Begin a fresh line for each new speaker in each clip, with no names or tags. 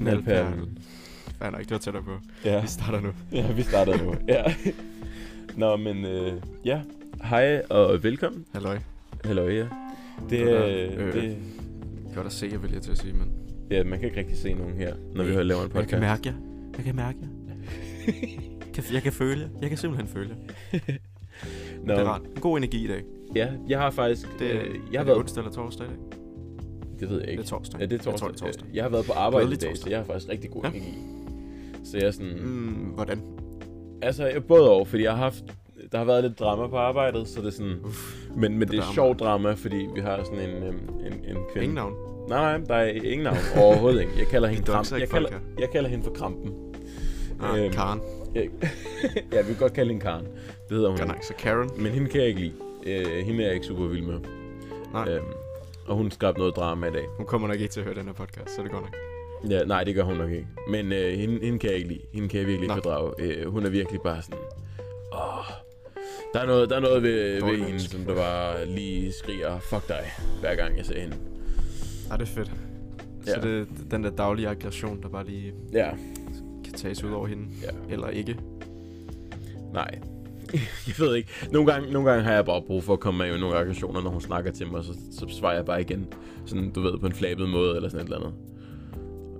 Nalperlen.
Fair nok, det var tættere på.
Ja.
Vi starter nu.
Ja, vi starter nu. Ja. Nå, men øh, ja. Hej og velkommen.
Halløj.
Hallo, ja. Det,
Goddag.
øh,
Øh.
det,
Godt at se jer, vil jeg til at sige, men...
ja, man kan ikke rigtig se nogen her, når vi hører laver en
Jeg
podcast.
kan mærke jer. Jeg kan mærke jer. Jeg kan- jeg kan føle jer. Jeg kan simpelthen føle jer.
Nå,
Det er rart. God energi i dag.
Ja, jeg har faktisk...
Det,
øh, jeg
er
har
det
været...
onsdag eller torsdag i dag?
Det ved jeg
Det
ikke.
er torsdag.
Ja, det er
Jeg tror,
torsdag. Øh,
det er torsdag.
Jeg har været på arbejde i
Glædelig
dag, så
torsdag.
jeg har faktisk rigtig god
Ja.
energi. Så jeg er sådan...
Mm, hvordan?
Altså, jeg- både over, fordi jeg har haft... Der har været lidt drama på arbejdet, så det er sådan...
Uff,
Men, men det er
drama.
sjov drama, fordi vi har sådan en, øhm, en, en kvinde...
Ingen navn.
Nej, nej, der er ingen navn overhovedet ikke. Jeg kalder hende
doxer
Krampen.
ikke
Jeg kalder,
folk her.
jeg kalder hende for Krampen.
Ah,
Øhm,
Karen.
Jeg, ja, vi kan godt kalde hende Karen. Det hedder hun.
Godt
ikke.
nok, så Karen.
Men hende kan jeg ikke lide. Øh, hende er jeg ikke super vild med.
Nej,
Øhm, og hun skabte noget drama i dag.
hun kommer nok ikke til at høre den her podcast, så det går nok.
Ja, nej, det gør hun nok ikke. Men øh, hende, hende kan jeg ikke lide. Hende kan jeg virkelig ikke
Nå.
bedrage. Øh, hun er virkelig bare sådan... Åh, der er noget, der er noget ved, ved
Dårlig
hende,
menneske.
som der bare lige skriger, fuck dig, hver gang jeg ser hende.
Ej, det er fedt. Så
Ja.
det er den der daglige aggression, der bare lige
Ja,
kan tages ud over hende.
ja.
Eller ikke.
Nej. jeg ved ikke. Nogle gange, nogle gange har jeg bare brug for at komme af med nogle aggressioner, når hun snakker til mig, så, så svarer jeg bare igen. Sådan, du ved, på en flabet måde eller sådan et eller andet.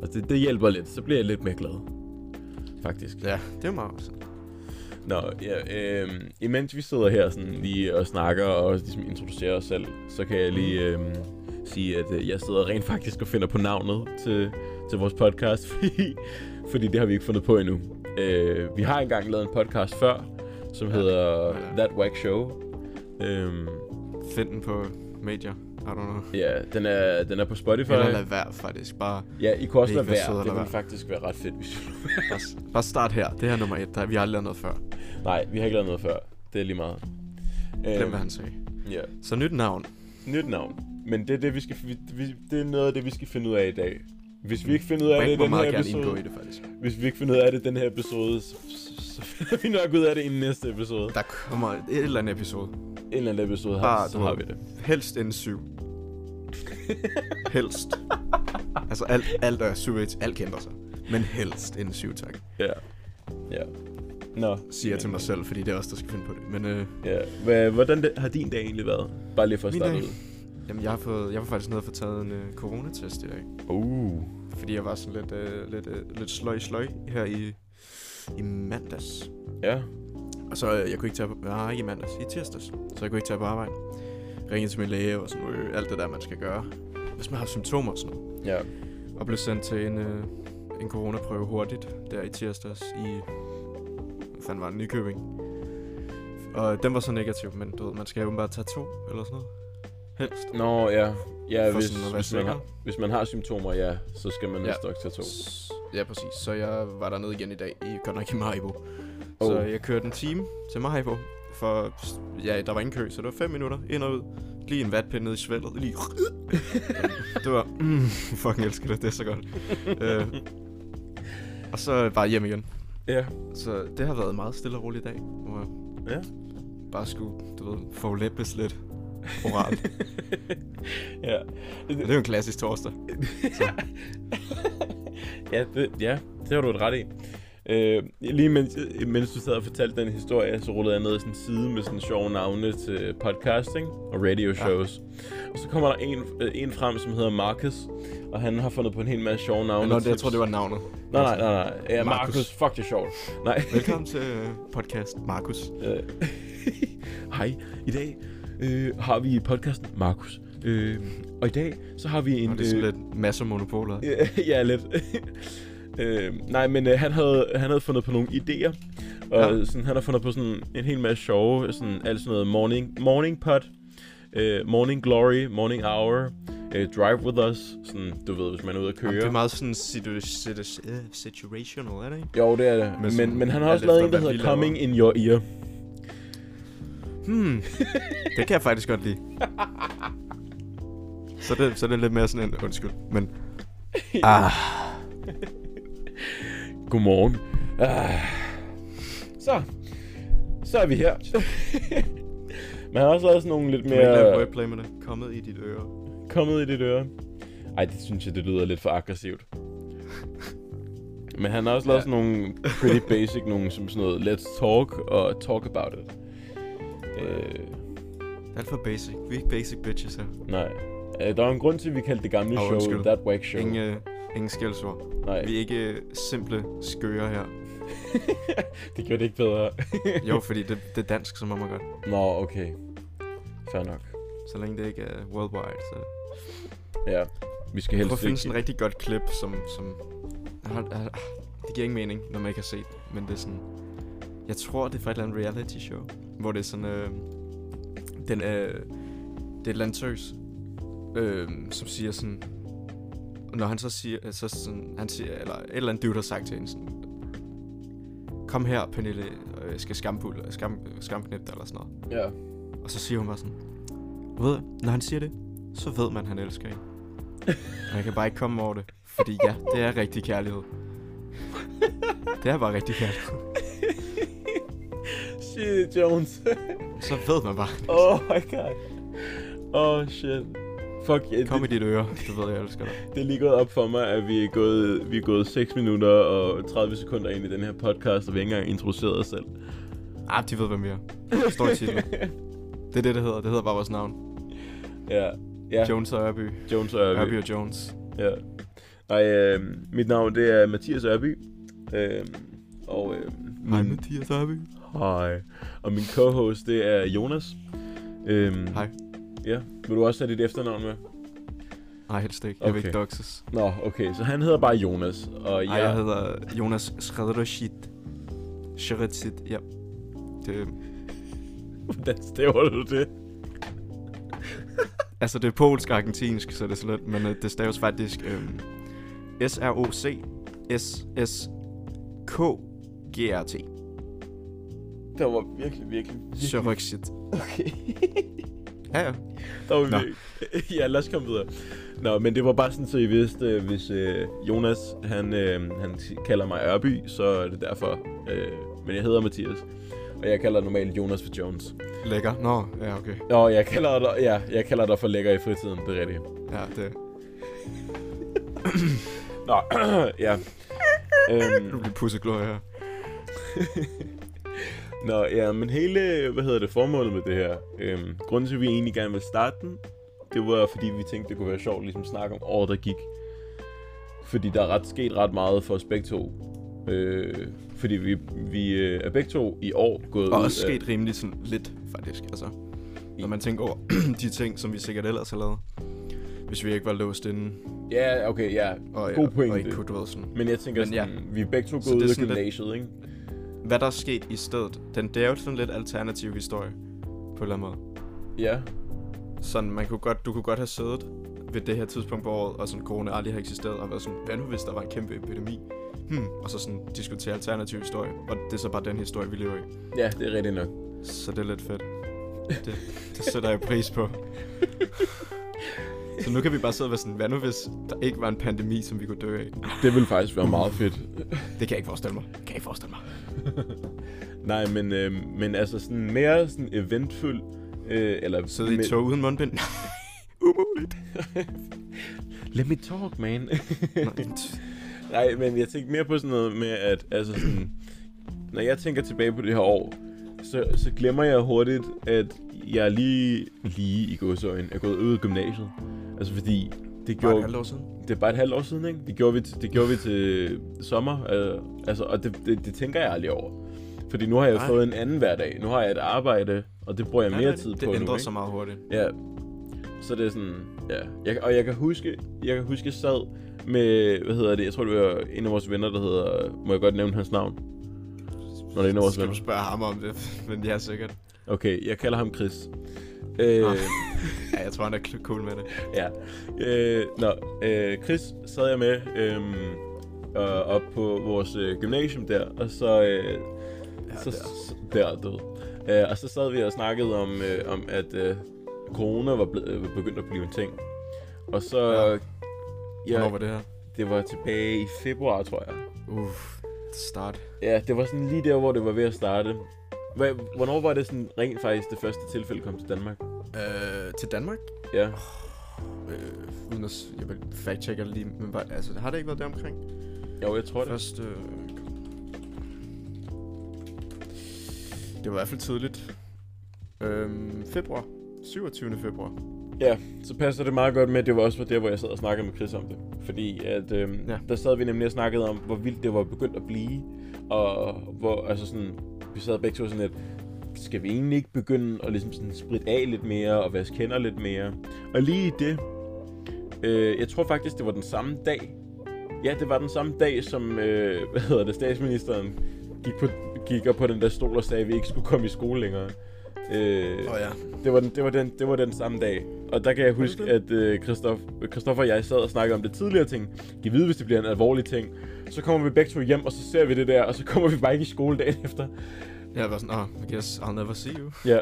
Og det, det hjælper lidt. Så bliver jeg lidt mere glad. Faktisk.
Ja, det er jo meget.
Nå, ja, øh, imens vi sidder her sådan lige og snakker og ligesom introducerer os selv, så kan jeg lige øh, sige, at øh, jeg sidder rent faktisk og finder på navnet til, til vores podcast, fordi, fordi det har vi ikke fundet på endnu. Øh, vi har engang lavet en podcast før, som hedder That Wack Show. Øhm,
Find den på medier. I don't know.
ja, den er, den er på Spotify.
Eller lad være, faktisk. Bare,
Ja, I kunne også
Det er
lade
ikke for sød
være.
at
Det
lade
ville
være.
faktisk være ret fedt, hvis
bare, bare start her. Det her er nummer et. Der, vi har aldrig lavet noget før.
Nej, vi har ikke lavet noget før. Det er lige meget. Øhm,
Glem, hvad han sagde.
Ja.
Så nyt navn.
nyt navn. Men det er, det, vi skal, vi, vi- det er noget af det, vi skal finde ud af i dag. Hvis vi ikke finder ud af det i
Brink må
den her
meget gerne indgå i
episode,
det, faktisk.
hvis vi ikke finder ud af det i den her episode, så, så, så finder vi nok ud af det i næste episode.
Der kommer et eller andet episode.
En eller anden episode har,
Bare,
så
du
har vi
ved.
det.
Helst en syv. helst. Altså alt, alt er syv, et. alt kæmper sig. Men helst en syv, tak.
Ja. Ja. Nå.
Siger jeg til mig selv, fordi det er os, der skal finde på det. Men øh,
Ja. Hva, hvordan det, har din dag egentlig været? Bare lige for at
Min
starte
dag?
ud.
jamen, jeg har, fået, jeg var faktisk nede og få taget en øh, coronatest i dag.
Uh.
Fordi jeg var sådan lidt, øh, lidt, øh, lidt sløj sløj her i, i mandags.
Ja.
Og så øh, jeg kunne ikke tage på, nej, ikke i mandags, i tirsdags. Så jeg kunne ikke tage på arbejde. Ringede til min læge og sådan, øh, alt det der, man skal gøre. Hvis man har symptomer og sådan noget.
Ja.
Og blev sendt til en, øh, en coronaprøve hurtigt, der i tirsdags i, hvad fanden var det, Nykøbing. Og den var så negativ, men du ved, man skal jo bare tage to, eller sådan noget. Helst.
Nå, ja. Ja,
For
hvis,
sådan at være
hvis, man
sikker.
har, hvis man har symptomer, ja, så skal man
Ja.
vist nok tage to.
S- Ja, præcis. Så jeg var dernede igen i dag, i, godt nok i Maribo. Oh. Så
Oh.
jeg kørte en time til Maribo, for ja, der var ingen kø, så det var 5 minutter ind og ud. Lige en vatpind ned i svældet, lige... det var... Mm, fucking elsker det, det er så godt. øh, og så bare hjem igen.
Ja.
Så det har været en meget stille og rolig dag, hvor jeg
Ja.
bare skulle, du ved, forlæppes lidt oralt.
Ja.
Og det er jo en klassisk torsdag.
Ja, det, ja, det har du et ret i. Øh, lige mens, mens du sad og fortalte den historie, så rullede jeg ned i sådan en side med sådan sjove navne til podcasting og radio shows. Ja. Og så kommer der en, øh, en frem, som hedder Marcus, og han har fundet på en hel masse sjove navne.
Nå, det,
til-
jeg tror, det var navnet.
Nej, nej, nej, nej. Ja,
Marcus.
Marcus, fuck det er sjovt. Nej.
Velkommen til øh, podcast, Markus.
Øh, Hej, i dag øh, har vi podcasten Marcus. Øh, og i dag, så har vi en... øh,
Og det er sådan lidt masser af monopoler.
Ja, ja lidt. øh, nej, men øh, han, havde, han havde fundet på nogle idéer. Og ja.
Ja.
sådan, han har fundet på sådan en hel masse sjove, sådan, alt sådan noget morning, morning pot, øh, morning glory, morning hour, øh, drive with us, sådan, du ved, hvis man er ude at køre.
Jamen, det er meget sådan situ- situ- øh, situational, er det ikke?
Jo, det er det. Men,
Men
men,
sådan
men han har
alt
også lavet
efter,
en, der
hvad vi
hedder
laver.
Coming in your ear.
Hmm, det kan jeg faktisk godt lide. Så det, så det er lidt mere sådan en, undskyld, men... Ah,
Godmorgen. Ah. Så. Så er vi her. men han har også lavet sådan nogle lidt
kan man ikke lave
mere...
wordplay med det? Kommet i dit øre.
Kommet i dit øre. Ej, det synes jeg, det lyder lidt for aggressivt. Men han har også lavet
Ja.
sådan nogle pretty basic, nogle som sådan noget, let's talk og talk about it. Øh,
Alt for basic. Vi er ikke basic bitches her.
nej. Øh, der var en grund til, at vi kaldte det gamle
Åh,
show,
undskyld.
That Wack Show.
Ingen, øh, ingen skældsord.
nej,
Vi er ikke øh, simple skøre her.
det gjorde det ikke bedre.
Jo, fordi det, det er dansk, så må man godt.
Nå, okay. Fair nok.
Så længe det ikke er worldwide. Så.
Ja, vi skal
Prøv at
helst
finde sådan
ikke...
et rigtig godt klip, som... som har, har, det giver ingen mening, når man ikke har set det, Men det er sådan... Jeg tror, det er fra et eller andet reality show. Hvor det er sådan... Øh, den, øh, det er et lantøs, øh, som siger sådan... Når han så siger... Så sådan, han siger eller et eller andet dude har sagt til hende sådan... Kom her, Pernille. og Jeg skal skampulle, skam, skamknæppe dig, eller sådan noget.
Ja.
Og så siger hun bare sådan, "Du ved, når han siger det, så ved man, han elsker en. Og jeg kan bare ikke komme over det, fordi ja, det er rigtig kærlighed. Det er bare rigtig kærlighed.
Shit, Jones.
Så ved man bare,
oh my god. Oh shit. Fuck, ja,
kom i
det,
dit øre, du ved, jeg elsker dig.
det er lige gået op for mig, at vi er gået, vi er gået 6 minutter og 30 sekunder ind i den her podcast, og vi har ikke engang introduceret os selv.
Ah, de ved, hvem vi er. Der står i titlen. Det er det, det hedder. Det hedder bare vores navn.
Ja. Ja,
Jones og Ørby.
Jones og Ørby.
Ørby og Jones.
Ja. Ej, øh, mit navn det er Mathias Ørby. Øh, og øh,
Hej,
min-
Mathias Ørby.
Hej. Og min co-host, det er Jonas. Øhm,
Hej.
Ja, vil du også have dit efternavn med?
Nej, helst ikke. Jeg vil
Okay.
ikke doxes.
Nå, okay, så han hedder bare Jonas, og
Ej,
jeg...
jeg hedder Jonas Shreddershit. Shreddershit, ja. Det,
Hvordan staver du det?
Altså, det er polsk-argentinsk, så det er sådan lidt, men øh, det staves faktisk øhm, S-R-O-C S-S-K-G-R-T.
Der var virkelig, virkelig, virkelig...
Sørøkshit.
Okay.
Ja, ja.
Der var
Nå.
virkelig... ja, lad os komme videre. Nå, men det var bare sådan, så I vidste, øh, hvis øh, Jonas, han, øh, han kalder mig Ørby, så er det derfor. Øh, men jeg hedder Mathias, og jeg kalder normalt Jonas for Jones.
Lækker. Nå, ja, okay.
Nå, jeg kalder dig, ja, jeg kalder dig for lækker i fritiden, det er rigtigt.
Ja, det
Nå, ja.
du
Øhm,
bliver pusseglorie her.
nå, ja, men hele, hvad hedder det, formålet med det her, øhm, grunden til, at vi egentlig gerne ville starte den, det var, fordi vi tænkte, det kunne være sjovt ligesom at snakke om året, der gik. Fordi der er ret sket ret meget for os begge to. Øh, fordi vi, vi øh, er begge to i år gået
Og
ud
også
af...
sket rimelig sådan lidt, faktisk. Altså, Øh, når man tænker over de ting, som vi sikkert ellers har lavet. Hvis vi ikke var låst inde.
Ja, okay, ja.
Og, ja,
God
Og
pointe.
ikke kunne, du ved, sådan.
Men jeg tænker
Men ja.
sådan, vi er begge to
Så det
gået
er
ud af
sådan lidt-
gymnasiet, ikke?
Hvad der er sket i stedet, den, det er jo sådan lidt alternativ historie. På en eller anden måde.
Ja,
sådan, man kunne godt, du kunne godt have siddet ved det her tidspunkt på året, og sådan, corona aldrig har eksisteret, og været sådan, hvad nu hvis der var en kæmpe epidemi? Hmm. Og så sådan diskutere alternativ historie, og det er så bare den historie, vi lever i.
ja, det er rigtigt nok.
Så det er lidt fedt. Det, det sætter jeg pris på. så nu kan vi bare sidde og være sådan, hvad nu hvis der ikke var en pandemi, som vi kunne dø af?
Det ville faktisk være meget fedt.
Det kan jeg ikke forestille mig. Det kan jeg ikke forestille mig.
Nej, men, øh, men altså sådan mere sådan eventfuld, øh, eller...
Sidde i
med-
et tog uden mundbind? Nej, umuligt.
Let me talk, man.
Nej, t-
Nej, men jeg tænkte mere på sådan noget med, at altså sådan, når jeg tænker tilbage på det her år, så, så glemmer jeg hurtigt, at jeg lige, lige i godsøjen er gået ud af gymnasiet. Altså fordi, det
bare et
gjorde,
halvt år siden.
det er bare et halvt år siden, ikke? Det gjorde vi, til- det gjorde vi til sommer, øh, altså, og det, det, det tænker jeg aldrig over. Fordi nu har jeg
Nej.
fået en anden hverdag. Nu har jeg et arbejde, og det bruger jeg
Nej,
mere
nej,
tid på
Det
nu,
ændrer
ikke?
sig meget hurtigt.
Ja. Så det er sådan, ja. Jeg, og jeg kan huske, jeg kan huske, jeg sad med, hvad hedder det, jeg tror det var en af vores venner, der hedder, må jeg godt nævne hans navn? Når det er en af vores
Skal du
venner.
spørge ham om det? Men ja, sikkert.
Okay, jeg kalder ham Chris. Øh,
Nå. Ja, jeg tror, han er kl- cool med det.
ja. Øh, nå, øh, Chris sad jeg med øhm, og, op på vores øh, gymnasium der, og så, øh,
Ja,
så s- der død. Øh, og så sad vi og snakkede om, øh, om at øh, corona var, ble- øh, var begyndt at blive en ting. Og så...
Ja.
Ja.
Hvornår var det her?
Det var tilbage i februar, tror jeg.
Uff, start.
Ja, det var sådan lige der, hvor det var ved at starte. Hva- Hvornår var det sådan rent faktisk det første tilfælde kom til Danmark?
Øh, til Danmark?
Ja,
Øh, uden at... s- Jeg vil fact-checker det lige, men bare, altså, har det ikke været der omkring?
Jo, jeg tror det.
Først... Øh, det var i hvert fald tidligt. Øhm, februar. 27. februar.
Ja, så passer det meget godt med, at det var også var der, hvor jeg sad og snakkede med Chris om det. Fordi at, øhm, ja.
Ja.
der sad vi nemlig og snakkede om, hvor vildt det var begyndt at blive. Og hvor, altså sådan, vi sad begge to sådan lidt, skal vi egentlig ikke begynde at ligesom sådan spritte af lidt mere og vaske hænder lidt mere? Og lige i det, øh, jeg tror faktisk, det var den samme dag. Ja, det var den samme dag, som, øh, hvad hedder det, statsministeren gik, på, gik op på den der stol og sagde, at vi ikke skulle komme i skole længere. Øh,
Åh oh, ja.
det var, den, det, var den, det var den samme dag. Og der kan jeg huske, at øh, Christoph, Christoffer og jeg sad og snakkede om det tidligere ting. Giv vide, hvis det bliver en alvorlig ting. Så kommer vi begge to hjem, og så ser vi det der, og så kommer vi bare ikke i skole dagen efter.
Jeg var sådan, oh, I guess I'll never see you.
Ja. Jeg,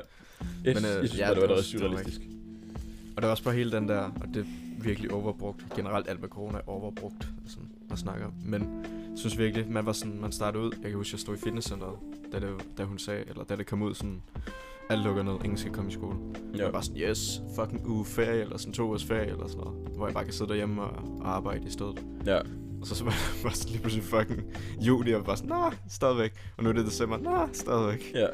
Men,
Men,
øh,
øh,
jeg synes
ja,
bare, det var
det var-
noget
det var
surrealistisk.
Og der var også bare hele den der, og det er virkelig overbrugt. Generelt alt med corona er overbrugt, sådan, at snakke om. Men jeg synes virkelig, man var sådan, man startede ud. Jeg kan huske, jeg stod i fitnesscenteret, da, det, da hun sagde, eller da det kom ud sådan, alt lukker ned, ingen skal komme i skole. Ja.
Ja.
Jeg var sådan, yes, fucking uge ferie, eller sådan to ugers ferie, eller sådan noget. Hvor jeg bare kan sidde derhjemme og, og arbejde i stedet.
ja.
Og så, så var det bare sådan lige pludselig fucking juli, og bare sådan, nej, stadigvæk. Og nu er det december, nej, stadigvæk.
ja.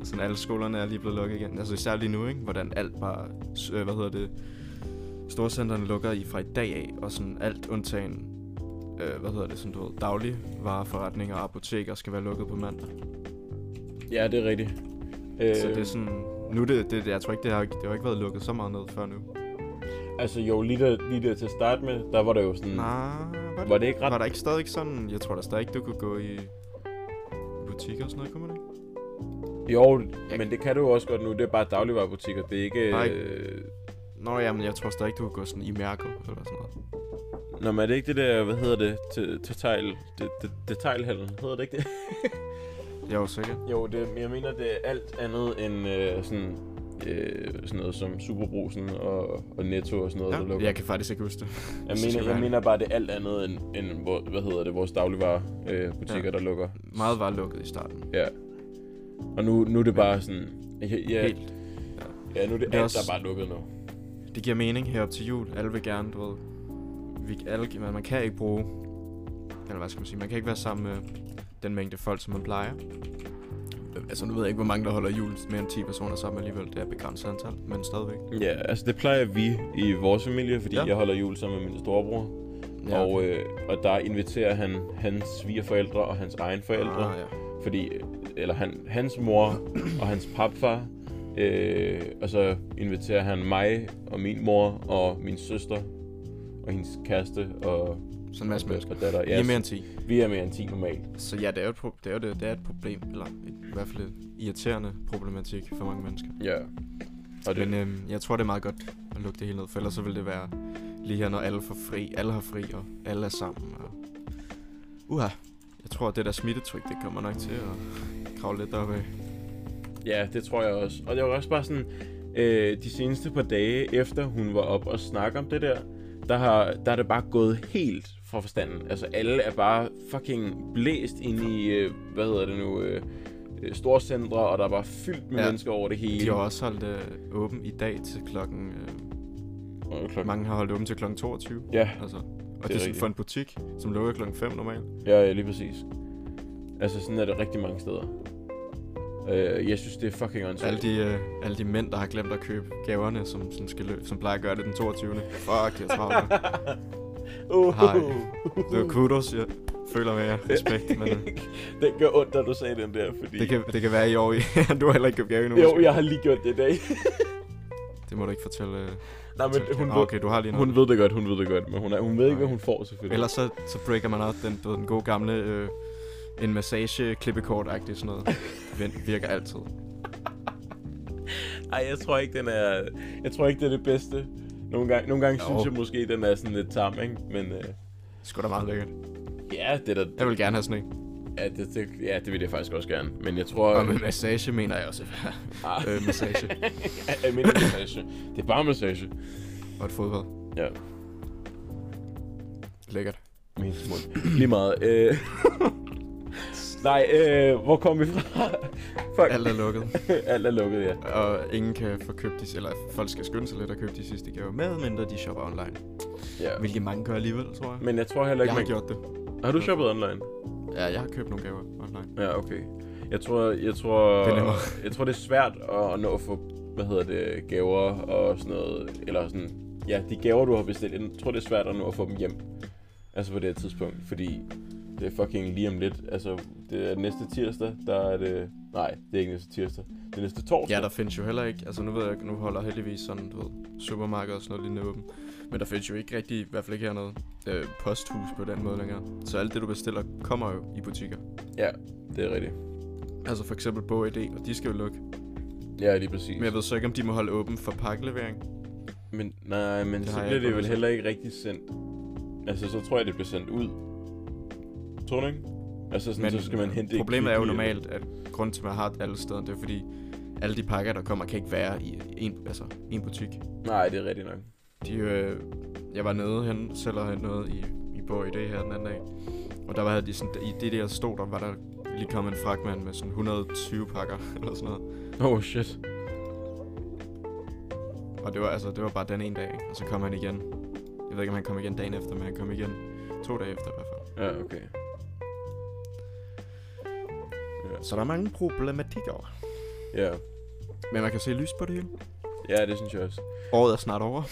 Og Sådan alle skolerne er lige blevet lukket igen. Altså især lige nu, ikke? Hvordan alt bare, øh, hvad hedder det, storcenterne lukker i fra i dag af, og sådan alt undtagen, øh, hvad hedder det, sådan du ved, dagligvareforretninger og apoteker skal være lukket på mandag.
Ja, det er rigtigt.
Øh. Så det er
Øhm,
sådan, nu er det, det, jeg tror ikke, det har, det har ikke været lukket så meget ned før nu.
Mm. Altså jo, lige der, lige der til at starte med, der var der jo sådan...
Mm. Nej, var det,
Var det ikke ret...
var der ikke stadig sådan, jeg tror der stadig, du kunne gå i butikker og sådan noget, kunne man ikke?
Jo, men det kan du jo også godt nu. Det er bare dagligvarerbutikker. Det er ikke...
Nej.
Øh...
Nå ja, men jeg tror stadig, du kunne gå sådan i Mærko eller sådan noget.
Nå, men er det ikke det der... Hvad hedder det? Til, til tegl... Det, det, detailhandel. Hedder det ikke det?
Jeg er jo sikker.
Jo, det, jeg mener, det er alt andet end øh, sådan, øh, sådan noget som Superbrusen og, og Netto og sådan noget, ja, der
Ja,
lukker.
jeg kan faktisk ikke huske det.
jeg,
synes, det
mener,
var
jeg
det.
mener bare, det er alt andet end, end hvor, hvad hedder det, vores dagligvarerbutikker, øh, butikker,
Ja.
der lukker.
Meget var lukket i starten.
Ja. Og nu, nu er det bare sådan... Ja, ja,
Helt.
ja nu er
Det
det,
er
alt, der er
også-
bare lukket nu.
Det giver mening herop til jul. Alle vil gerne, du ved. Vi, alle, man, man kan ikke bruge... Eller hvad skal man sige? Man kan ikke være sammen med den mængde folk, som man plejer. Øh, Altså, nu ved jeg ikke, hvor mange der holder jul mere end 10 personer sammen alligevel. Det er et begrænset antal, men stadigvæk.
Ja, altså det plejer vi i vores familie, fordi ja.
Ja.
jeg holder jul sammen med min storebror. Ja.
Ah,
Og, øh, og der inviterer han hans svigerforældre og hans egen forældre.
Ah, ja.
fordi eller han, hans mor og hans papfar, øh, og så inviterer han mig og min mor og min søster og hendes kæreste og,
Så en masse mennesker.
og datter.
Ja,
Ja,
mere end 10.
vi er mere end 10 normalt.
Så ja, det er jo et, pro- det er jo det, det er et problem, eller et, i hvert fald et irriterende problematik for mange mennesker.
Ja. Og det,
Men øhm, jeg tror, det er meget godt at lukke det hele ned, for ellers så vil det være lige her, når alle får fri. Alle har fri, og alle er sammen. Og... Uha. Jeg tror, at det der smittetryk, det kommer nok til at kravle lidt deroppe.
ja, det tror jeg også. Og det var også bare sådan, øh, de seneste par dage efter hun var op og snakke om det der, der, har, der er det bare gået helt fra forstanden. Altså alle er bare fucking blæst ind i, øh, hvad hedder det nu, øh, øh, storcentre, og der er bare fyldt med ja.
Ja.
mennesker over det hele.
De har også holdt øh, åben i dag til klokken... Øh,
Og klokken-
mange har holdt åben til klokken 22.
Ja,
Altså. Og det,
er
det er sådan
rigtigt.
for en butik, som lukker klokken 5 normalt.
ja, ja, lige præcis. Altså, sådan er det rigtig mange steder. Øh, jeg synes, det er fucking
Alle
åndssvagt.
de, øh, alle de mænd, der har glemt at købe gaverne, som, som, skal lø- som plejer at gøre det den 22. Fuck, jeg travlt. mand.
Uh,
Hej. Det var kudos, jeg føler med jer. Respekt, men... Øh,
den gør ondt, da du sagde den der, fordi...
Det kan, det kan være i år. du har heller ikke købt gave endnu.
Jo,
måske.
jeg har lige gjort det i dag.
Det må du ikke fortælle. øh,
Nej, men
fortælle
hun,
Kat. Ah,
ved,
okay, du har lige noget.
hun ved det godt, hun ved det godt, men hun, er, hun ved ikke, hvad
Okay.
hun får, selvfølgelig.
Ellers så, så breaker man out den, du ved, den gode gamle... Øh, en massage klippekort agtig sådan noget. Vent, virker altid.
Ej, jeg tror ikke, den er... Jeg tror ikke, det er det bedste. Nogle gange, nogle gange
Jo.
synes jeg måske, den er sådan lidt tam, ikke? Men øh,
Sgu da meget lækkert.
ja, det er da...
Jeg vil gerne have sådan en.
Ja det, det, ja, det vil jeg faktisk også gerne. Men jeg tror...
Og med massage mener jeg også.
Ah.
øh, massage.
Almindelig massage. Det er bare massage.
Og et fodbold.
Ja.
Lækkert.
Min smule. Lige meget. Øh, Nej, øh, hvor kom vi fra? Fuck.
Alt er lukket.
Alt er lukket, ja.
Og ingen kan få købt de, eller folk skal skynde sig lidt at købe de sidste gaver med, mindre de shopper online.
ja.
Hvilket mange gør alligevel, tror jeg.
Men jeg tror heller
Jeg
ikke,
har
man...
gjort det.
Har du shoppet online?
Ja, jeg har købt nogle gaver online.
Ja, okay. Jeg tror, jeg tror,
Det er nemmere.
jeg tror, det er svært at, at nå at få, hvad hedder det, gaver og sådan noget, eller sådan, ja, de gaver, du har bestilt, jeg tror, det er svært at nå at få dem hjem, altså på det her tidspunkt, fordi det er fucking lige om lidt, altså, det er næste tirsdag, der er det, nej, det er ikke næste tirsdag, det er næste torsdag.
Ja, der findes jo heller ikke, altså nu ved jeg, ikke, nu holder heldigvis sådan, du ved, supermarkeder og sådan noget lignende åben. Men der findes jo ikke rigtig, i hvert fald ikke hernede, øh, posthus på den måde længere. Så alt det, du bestiller, kommer jo i butikker.
ja, det er rigtigt.
Altså for eksempel Bog ID, og de skal jo lukke.
Ja, lige præcis.
Men jeg ved så ikke, om de må holde åben for pakkelevering.
Men nej, men
Det
det så
har jeg
bliver
ikke
det vel
undersøgt.
heller ikke rigtig sendt. Altså, så tror jeg, det bliver sendt ud. Tror du ikke? Altså, sådan, så skal man hente et
problemet er jo
kvickie eller-
normalt, at grunden til, at man har det alle steder, det er fordi, alle de pakker, der kommer, kan ikke være i en, altså, en butik.
Nej, det er rigtigt nok.
De, øh, jeg var nede hen, selv og hente noget i, i Borg i dag her den anden dag. Og der havde de sådan, i det der stod, der var der lige kommet en fragtmand med sådan 120 pakker eller sådan noget.
Oh shit.
Og det var, altså, det var bare den ene dag, ikke? og så kom han igen. Jeg ved ikke, om han kom igen dagen efter, men han kom igen to dage efter i hvert fald.
Ja, okay.
Så der er mange problematikker.
Ja,
Men man kan se lys på det hele.
ja det synes jeg også.
Året er snart over.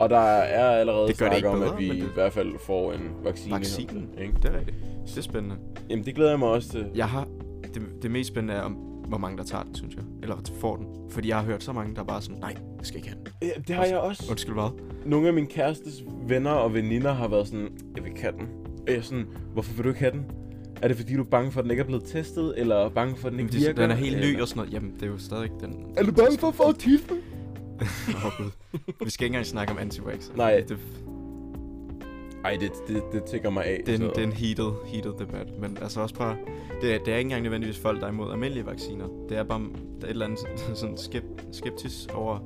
Og der er allerede
Det gør det
snak
ikke
om,
bedre,
at vi
men det-
i hvert fald får en vaccine.
Vaccinen.
Ikke?
Det er rigtigt. Det er spændende.
Jamen, det glæder jeg mig også til.
Jeg har... Det, det mest spændende er, om, hvor mange der tager den, synes jeg. Eller får den. Fordi jeg har hørt så mange, der bare er sådan, nej, jeg skal ikke have den.
Ja, det har jeg også.
Undskyld hvad?
Nogle af min kærestes venner og veninder har været sådan, jeg vil ikke have den. Og jeg er sådan, hvorfor vil du ikke have den? Er det fordi, du er bange for, at den ikke er blevet testet? Eller er bange for, at den
Jamen,
ikke
det, er-
virker?
den er helt ny
eller-
og sådan noget. Jamen, det er jo stadig den...
Er du bange for at få tispen?
Åh, Gud. Vi skal ikke engang snakke om anti -vax.
Nej.
Det,
Ej, det, det, det tigger mig af.
det, er en,
så-
det er en heated, heated debat. Men altså også bare... Det, er- det er ikke engang nødvendigvis folk, der er imod almindelige vacciner. Det er bare der er et eller andet sådan skep- skeptisk over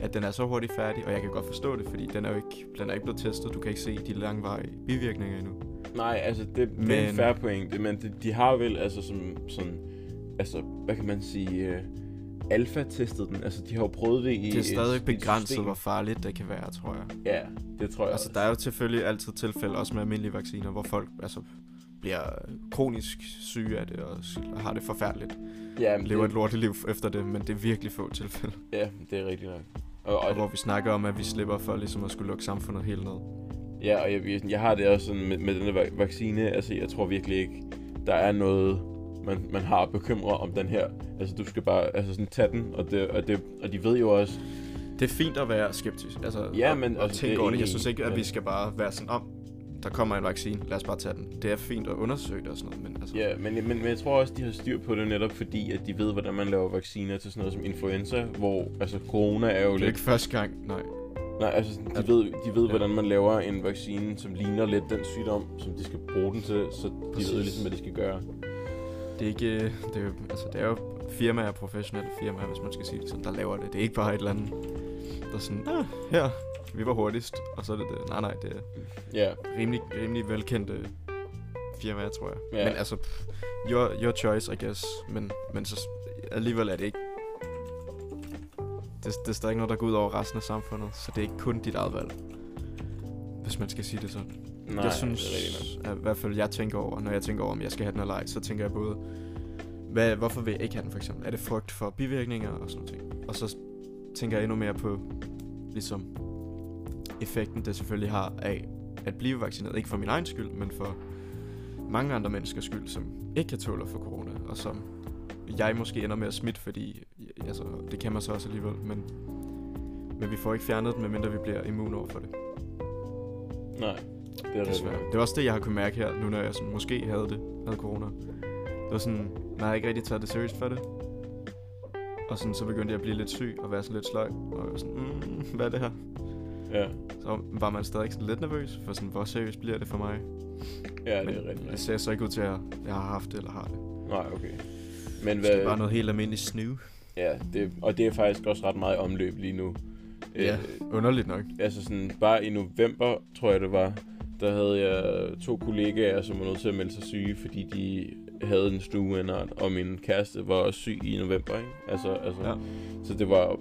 at den er så hurtigt færdig, og jeg kan godt forstå det, fordi den er jo ikke, den er ikke blevet testet. Du kan ikke se de langvarige bivirkninger endnu.
Nej, altså, det, men... det er
Men-
en færre pointe, men de, de har vel, altså, som, sådan, altså, hvad kan man sige, øh, alfa-testet den. Altså, de har jo prøvet det i
Det er
et-
stadig
et
begrænset,
system.
hvor farligt det kan være, tror jeg.
Ja, det tror jeg
Altså,
også.
der er jo selvfølgelig altid tilfælde, også med almindelige vacciner, hvor folk altså, bliver kronisk syge af det, og s- har det forfærdeligt.
ja, men
Lever et
det,
lortet liv efter det, men det er virkelig få tilfælde.
ja, det er rigtigt nok. Og, og,
Og hvor vi snakker om, at vi slipper for ligesom at skulle lukke samfundet helt ned.
Ja, og jeg, jeg, jeg har det også sådan med, med den her vac- vaccine. Altså, jeg tror virkelig ikke, der er noget, man, man har at bekymre om den her. Altså, du skal bare altså sådan, tage den, og, det, og, det, og de ved jo også...
Det er fint at være skeptisk, altså,
Ja,
og-
men
og
altså, det
tænke
er
over det. Jeg
enig
synes
i,
ikke, at
men-
vi skal bare være sådan om, der kommer en vaccine, lad os bare tage den. Det er fint at undersøge det og sådan noget, men altså,
Ja, men, men, men jeg tror også, de har styr på det netop, fordi at de ved, hvordan man laver vacciner til sådan noget som influenza, hvor altså corona er jo
det er jo
lidt...
ikke første gang, nej.
Nej, altså sådan, de ved, de ved hvordan man laver en vaccine, som ligner lidt den sygdom, som de skal bruge den til, så de
Præcis.
ved ligesom, hvad de skal gøre.
Det er ikke, det er jo, altså det er jo firmaer, professionelle firmaer, hvis man skal sige det sådan, der laver det. Det er ikke bare et eller andet, der er sådan, ah, her, vi var hurtigst, og så er det det. Nej, nej, det er
Ja,
rimelig, rimelig velkendte firmaer, tror jeg.
Ja.
Men altså, pff, your, your choice, I guess, men, men så s- alligevel er det ikke, det, det er stadig noget, der går ud over resten af samfundet, så det er ikke kun dit eget valg. Hvis man skal sige det sådan.
nej,
jeg synes,
det er rigtigt nok.
at i hvert fald jeg tænker over, når jeg tænker over, om jeg skal have den eller ej, så tænker jeg både, hvad, hvorfor vil jeg ikke have den for eksempel? Er det frygt for bivirkninger og sådan noget? Og så tænker jeg endnu mere på, ligesom, effekten det selvfølgelig har af at blive vaccineret. Ikke for min egen skyld, men for mange andre menneskers skyld, som ikke kan tåle at få corona, og som jeg måske ender med at smitte, fordi altså, det kan man så også alligevel, men, men vi får ikke fjernet den, medmindre vi bliver immun over for det.
Nej, det er rigtigt
Desværre.
nok.
Det er også det, jeg har kunnet mærke her, nu når jeg sådan, måske havde det, havde corona. Det var sådan, man havde ikke rigtig taget det seriøst for det. Og sådan, så begyndte jeg at blive lidt syg og være sådan lidt sløj. Og jeg var sådan, mm, hvad er det her?
Ja,
Så var man stadig sådan lidt nervøs, for sådan, hvor seriøst bliver det for mig?
ja det er
Men
rigtigt nok.
det ser så ikke ud til, at jeg har haft det eller har det.
Nej, okay. Men
Så det er
hvad,
bare noget helt almindeligt snu.
ja, det, og det er faktisk også ret meget i omløb lige nu. Øh,
Ja. Underligt nok.
altså sådan, bare i november, tror jeg det var, der havde jeg to kollegaer, som var nødt til at melde sig syge, fordi de havde en stueandert, og min kæreste var også syg i november, ikke? Altså, altså,
Ja.
ja. så det var,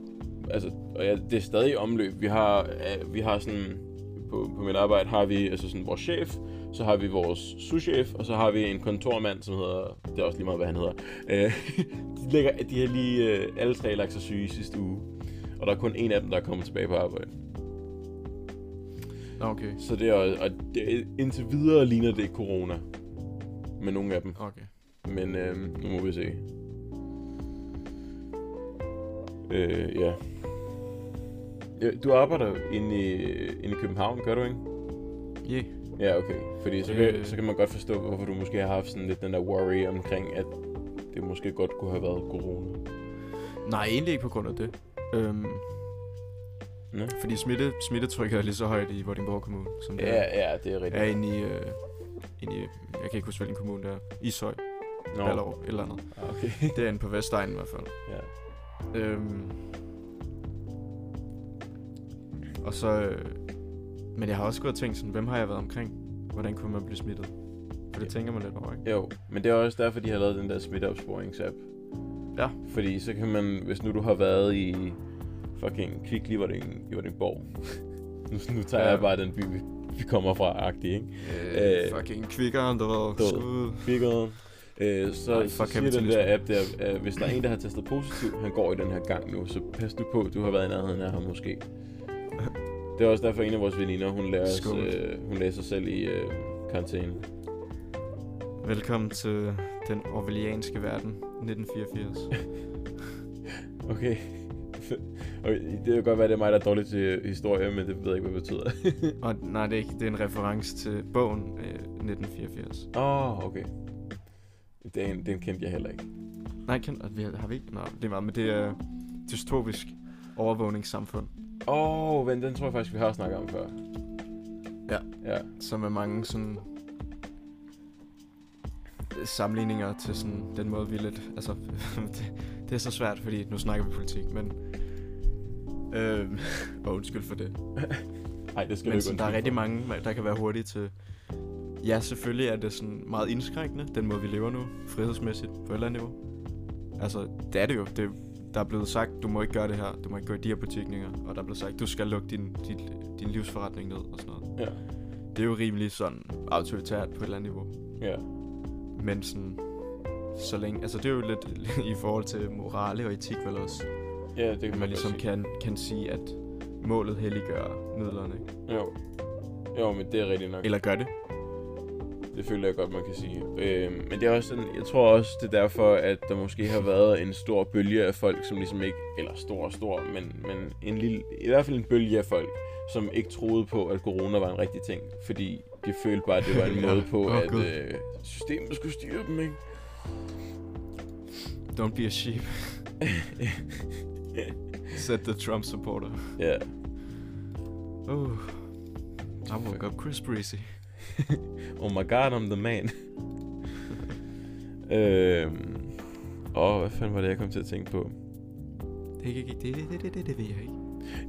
altså, og ja, det er stadig i omløb. Vi har, øh, vi har sådan, på, på mit arbejde har vi altså sådan vores chef, så har vi vores souschef, og så har vi en kontormand, som hedder, det er også lige meget, hvad han hedder. Øh, de, ligger, de har lige øh, alle tre lagt sig syge i sidste uge, og der er kun en af dem, der er kommet tilbage på arbejde.
Nå, okay.
Så det er, og det, indtil videre ligner det corona. Med nogle af dem.
Okay.
Men øhm, nu må vi se. Øh, ja. ja. Du arbejder inde i, inde i København, gør du ikke?
Yeah.
Ja, okay. Fordi så kan,
Øh.
så kan man godt forstå, hvorfor du måske har haft sådan lidt den der worry omkring, at det måske godt kunne have været corona.
Nej, egentlig ikke på grund af det. Øhm,
Nå?
fordi smitte, smittetrykket er lige så højt i Vordingborg Kommune, som det er,
Ja, ja, det er rigtigt.
er inde, i, øh, inde i... Jeg kan ikke huske, hvilken kommune det er. Ishøj,
Nå,
Ballerup, et eller andet.
ah, okay.
Det er inde på Vestegnen i hvert fald.
ja.
Øhm, og så... Øh, men jeg har også gået og tænkt sådan, hvem har jeg været omkring? Hvordan kunne man blive smittet? For det
Ja.
tænker man lidt over, ikke?
Jo, men det er også derfor, de har lavet den der smitteopsporingsapp.
Ja.
Fordi så kan man, hvis nu du har været i fucking Kvick Liverding, Liverdingborg. nu, nu tager
Ja.
ja. jeg bare den by, vi, vi kommer fra, agtig, ikke?
Øh,
Øh,
fucking kvikkeren, der var
død.
skud.
Kvickeren. Øh, så,
Ej,
Ej,
for
så siger den
kapitalisme.
der app der, at hvis der er en, der har testet positiv, han går i den her gang nu, så pas nu på, du har været i nærheden af ham måske. Det er også derfor, en af vores veninder, hun lærer, os,
Skummelt.
øh, hun lærer sig selv i øh, karantæne.
Velkommen til den orwellianske verden, 1984.
Okay. okay. Det kan godt være, det er mig, der er dårlig til historie, men det ved jeg ikke, hvad det betyder.
Og nej, det er, ikke, det er en reference til bogen øh, 1984.
Åh, oh, okay. Den, den kendte jeg heller ikke.
Nej, kan, og vi har, har vi ikke? Nej, det er meget, men det er dystopisk overvågningssamfund,
Åh, oh, men den tror jeg faktisk, vi har snakket om før.
Ja.
Ja,
som er mange sådan øh, sammenligninger til sådan den måde, vi lidt... Altså, det, det er så svært, fordi nu snakker vi politik, men... Øh, og undskyld for det.
nej, det skal du
Men
ikke
sådan, der er
undskylde
rigtig
for.
mange, der kan være hurtige til... Ja, selvfølgelig er det sådan meget indskrænkende, den måde, vi lever nu, frihedsmæssigt, på et eller andet niveau. Altså, det er det jo. Det, der er blevet sagt, du må ikke gøre det her, du må ikke gå i de her butikninger, og der er blevet sagt, du skal lukke din, din, din livsforretning ned og sådan noget.
Ja.
Det er jo rimelig sådan autoritært på et eller andet niveau.
Ja,
Men sådan, så længe, altså det er jo lidt i forhold til morale og etik vel også,
ja det kan
at
man,
man
godt
ligesom
sige.
kan, kan sige, at målet helliggør midlerne, ikke?
Jo. Jo, men det er rigtigt nok.
Eller gør det.
Det føler jeg godt, man kan sige. Øh, men det er også sådan, jeg tror også, det er derfor, at der måske har været en stor bølge af folk, som ligesom ikke, eller stor og stor, men, men en lille, i hvert fald en bølge af folk, som ikke troede på, at corona var en rigtig ting, fordi de følte bare, at det var en
Ja.
måde på,
Åh,
at
Gud.
øh, systemet skulle styre dem, ikke?
Don't be a sheep. Said the Trump supporter.
Ja.
Oh, I woke up Chris Breezy.
Oh my god, I'm the man. øh, åh, hvad fanden var det, jeg kom til at tænke på?
Det, det, det, det, det, det, det, det ved jeg ikke.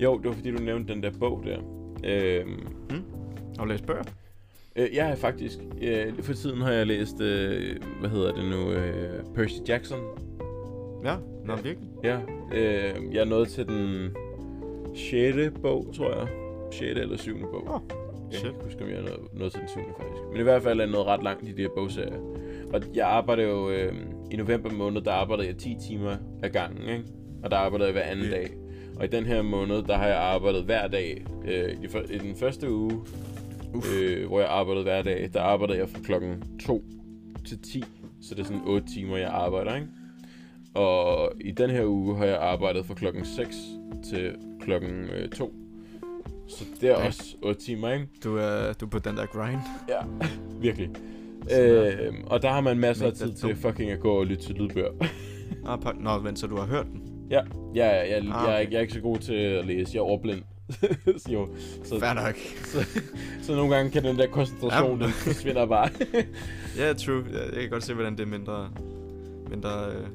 Jo, det var fordi, du nævnte den der bog der. Øh,
Har du læst bøger?
Øh, jeg har faktisk. Øh, for tiden har jeg læst, øh, hvad hedder det nu, øh, Percy Jackson.
Ja, nå virkelig.
Ja, øh, jeg er nået til den 6. bog, tror jeg. 6. eller 7. bog.
Åh,
jeg
shit.
kan ikke huske, om jeg er nået, nået til den 7. faktisk. Men i hvert fald er jeg nået ret langt i de her bogserier. Og jeg arbejder jo, øh, i november måned, der arbejdede jeg 10 timer ad gangen, ikke? Og der arbejdede jeg hver anden
Ja.
dag. Og i den her måned, der har jeg arbejdet hver dag. Øh, i, for, I den første uge, øh, hvor jeg arbejdede hver dag, der arbejdede jeg fra klokken 2 til 10. Så det er sådan 8 timer, jeg arbejder, ikke? Og i den her uge har jeg arbejdet fra klokken 6 til klokken øh, 2. Så det er
Okay.
også 8 timer, ikke?
Du er, du er på den der grind.
Ja, virkelig.
Sådan der.
Øh, og der har man masser af
Make that
tid til
dope.
fucking at gå og lytte til lydbøger.
Ah, pak. Nå, vent, så du har hørt den.
ja, ja, ja jeg, jeg,
Ah,
jeg, er
okay.
ikke- jeg er ikke så god til at læse. Jeg er ordblind. så, jo, så,
Fair nok.
så nogle gange kan den der koncentration,
Ja.
den forsvinder bare.
Ja, yeah, true. Ja, Jeg kan godt se, hvordan det er mindre... Mindre... Øh, hvad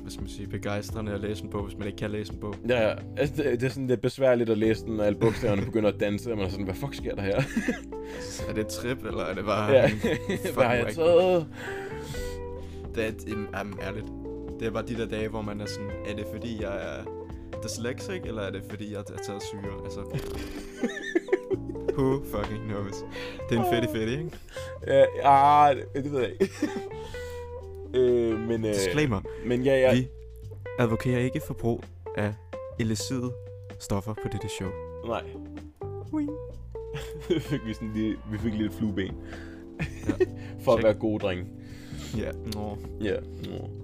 hvad skal man sige, begejstrende at læse en bog, hvis man ikke kan læse en bog.
Ja, ja. altså, det, det, er sådan lidt besværligt at læse den, når alle bogstaverne begynder at danse, og man er sådan, hvad fuck sker der her?
Er det et trip, eller er det bare...
ja.
Ah, fuck,
Hvad har jeg
Mike.
taget?
Det er, jamen, jamen, ærligt. Det er bare de der dage, hvor man er sådan, er det fordi, jeg er dyslexic, eller er det fordi, jeg har taget syre? Altså, who fucking knows? Det er en fedtig fedtig, ikke?
Ja, ah, det, det ved jeg ikke. øh, men, øh,
Disclaimer.
men ja, ja.
Vi advokerer ikke forbrug af illicide stoffer på dette show.
Nej. fik vi, sådan lige, vi fik lidt flueben. For at
Check.
være gode drenge.
Ja, nå.
Ja.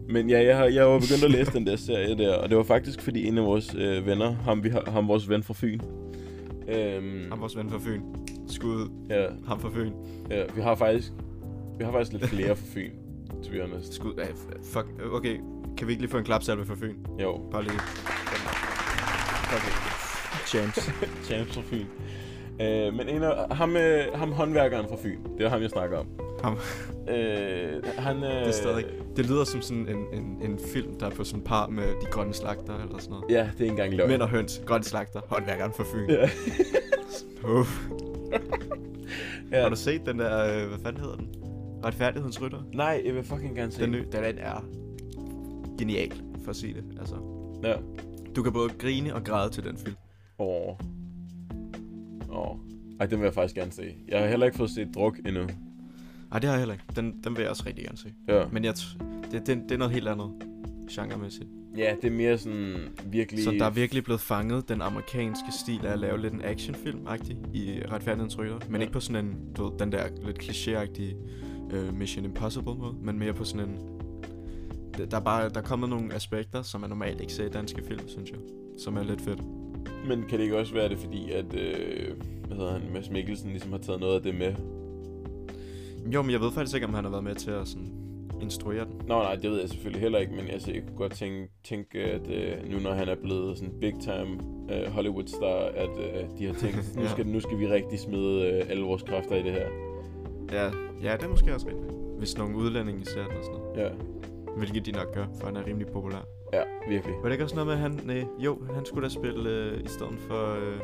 Men ja, jeg, har- jeg var begyndt at læse den der serie der, og det var faktisk fordi en af vores øh, venner, ham, vi har, ham vores ven fra Fyn, øhm,
Ham vores ven fra Fyn. Skud
ja,
ham fra Fyn.
ja, vi har faktisk vi har faktisk lidt flere fra Fyn, to be honest.
Skud, ah, fuck, okay. Kan vi ikke lige få en klapsalve fra Fyn?
Jo,
Bare lige.
okay.
James.
Champs fra Fyn. Øh, men en af, ham, øh, ham håndværkeren fra Fyn, det er ham, jeg snakker om.
Ham.
Øh, han, øh,
Det er stadig... Det lyder som sådan en, en, en film, der er på sådan par med de grønne slagter eller sådan noget.
Ja, det er ikke engang løgn.
Mænd og høns, grønne slagter, håndværkeren for Fyn.
Ja.
Uff.
Ja.
Har du set den der, øh, hvad fanden hedder den? Retfærdighedsrytter?
Nej, jeg vil fucking gerne se
Den nye, den er- den er genial, for at sige det. Altså,
Ja.
du kan både grine og græde til den film.
Åh. Åh. Ej, den vil jeg faktisk gerne se. Jeg har heller ikke fået set druk endnu.
Nej, det har jeg heller ikke. Den, den vil jeg også rigtig gerne se.
Ja.
Men jeg t- det, det, det er noget helt andet genremæssigt.
Ja, det er mere sådan virkelig...
Så der er virkelig blevet fanget den amerikanske stil af at lave lidt en actionfilm-agtig i retfærdighedens rytter. Men
Ja.
ja. ikke på sådan en, du ved, den der lidt kliché-agtige øh, Mission Impossible måde, men mere på sådan en... Der der er bare der er kommet nogle aspekter, som man normalt ikke ser i danske film, synes jeg. Som er lidt fedt.
Men kan det ikke også være det, fordi at... Øh, hvad hedder han? Mads Mikkelsen ligesom har taget noget af det med.
Jo, men jeg ved faktisk ikke, om han har været med til at sådan, instruere den.
Nå nej, det ved jeg selvfølgelig heller ikke, men altså, jeg kunne godt tænke, tænke at øh, nu når han er blevet sådan big time øh, Hollywood star, at øh, de har tænkt, nu,
Ja.
skal, nu skal vi rigtig smide øh, alle vores kræfter i det her.
Ja, ja det er måske også rigtigt. Hvis nogle udlændinge ser den og sådan noget.
Ja,
Hvilket de nok gør, for han er rimelig populær.
ja virkelig.
Var det ikke også noget med, at han... Øh, jo, han skulle da spille øh, i stedet for... Øh,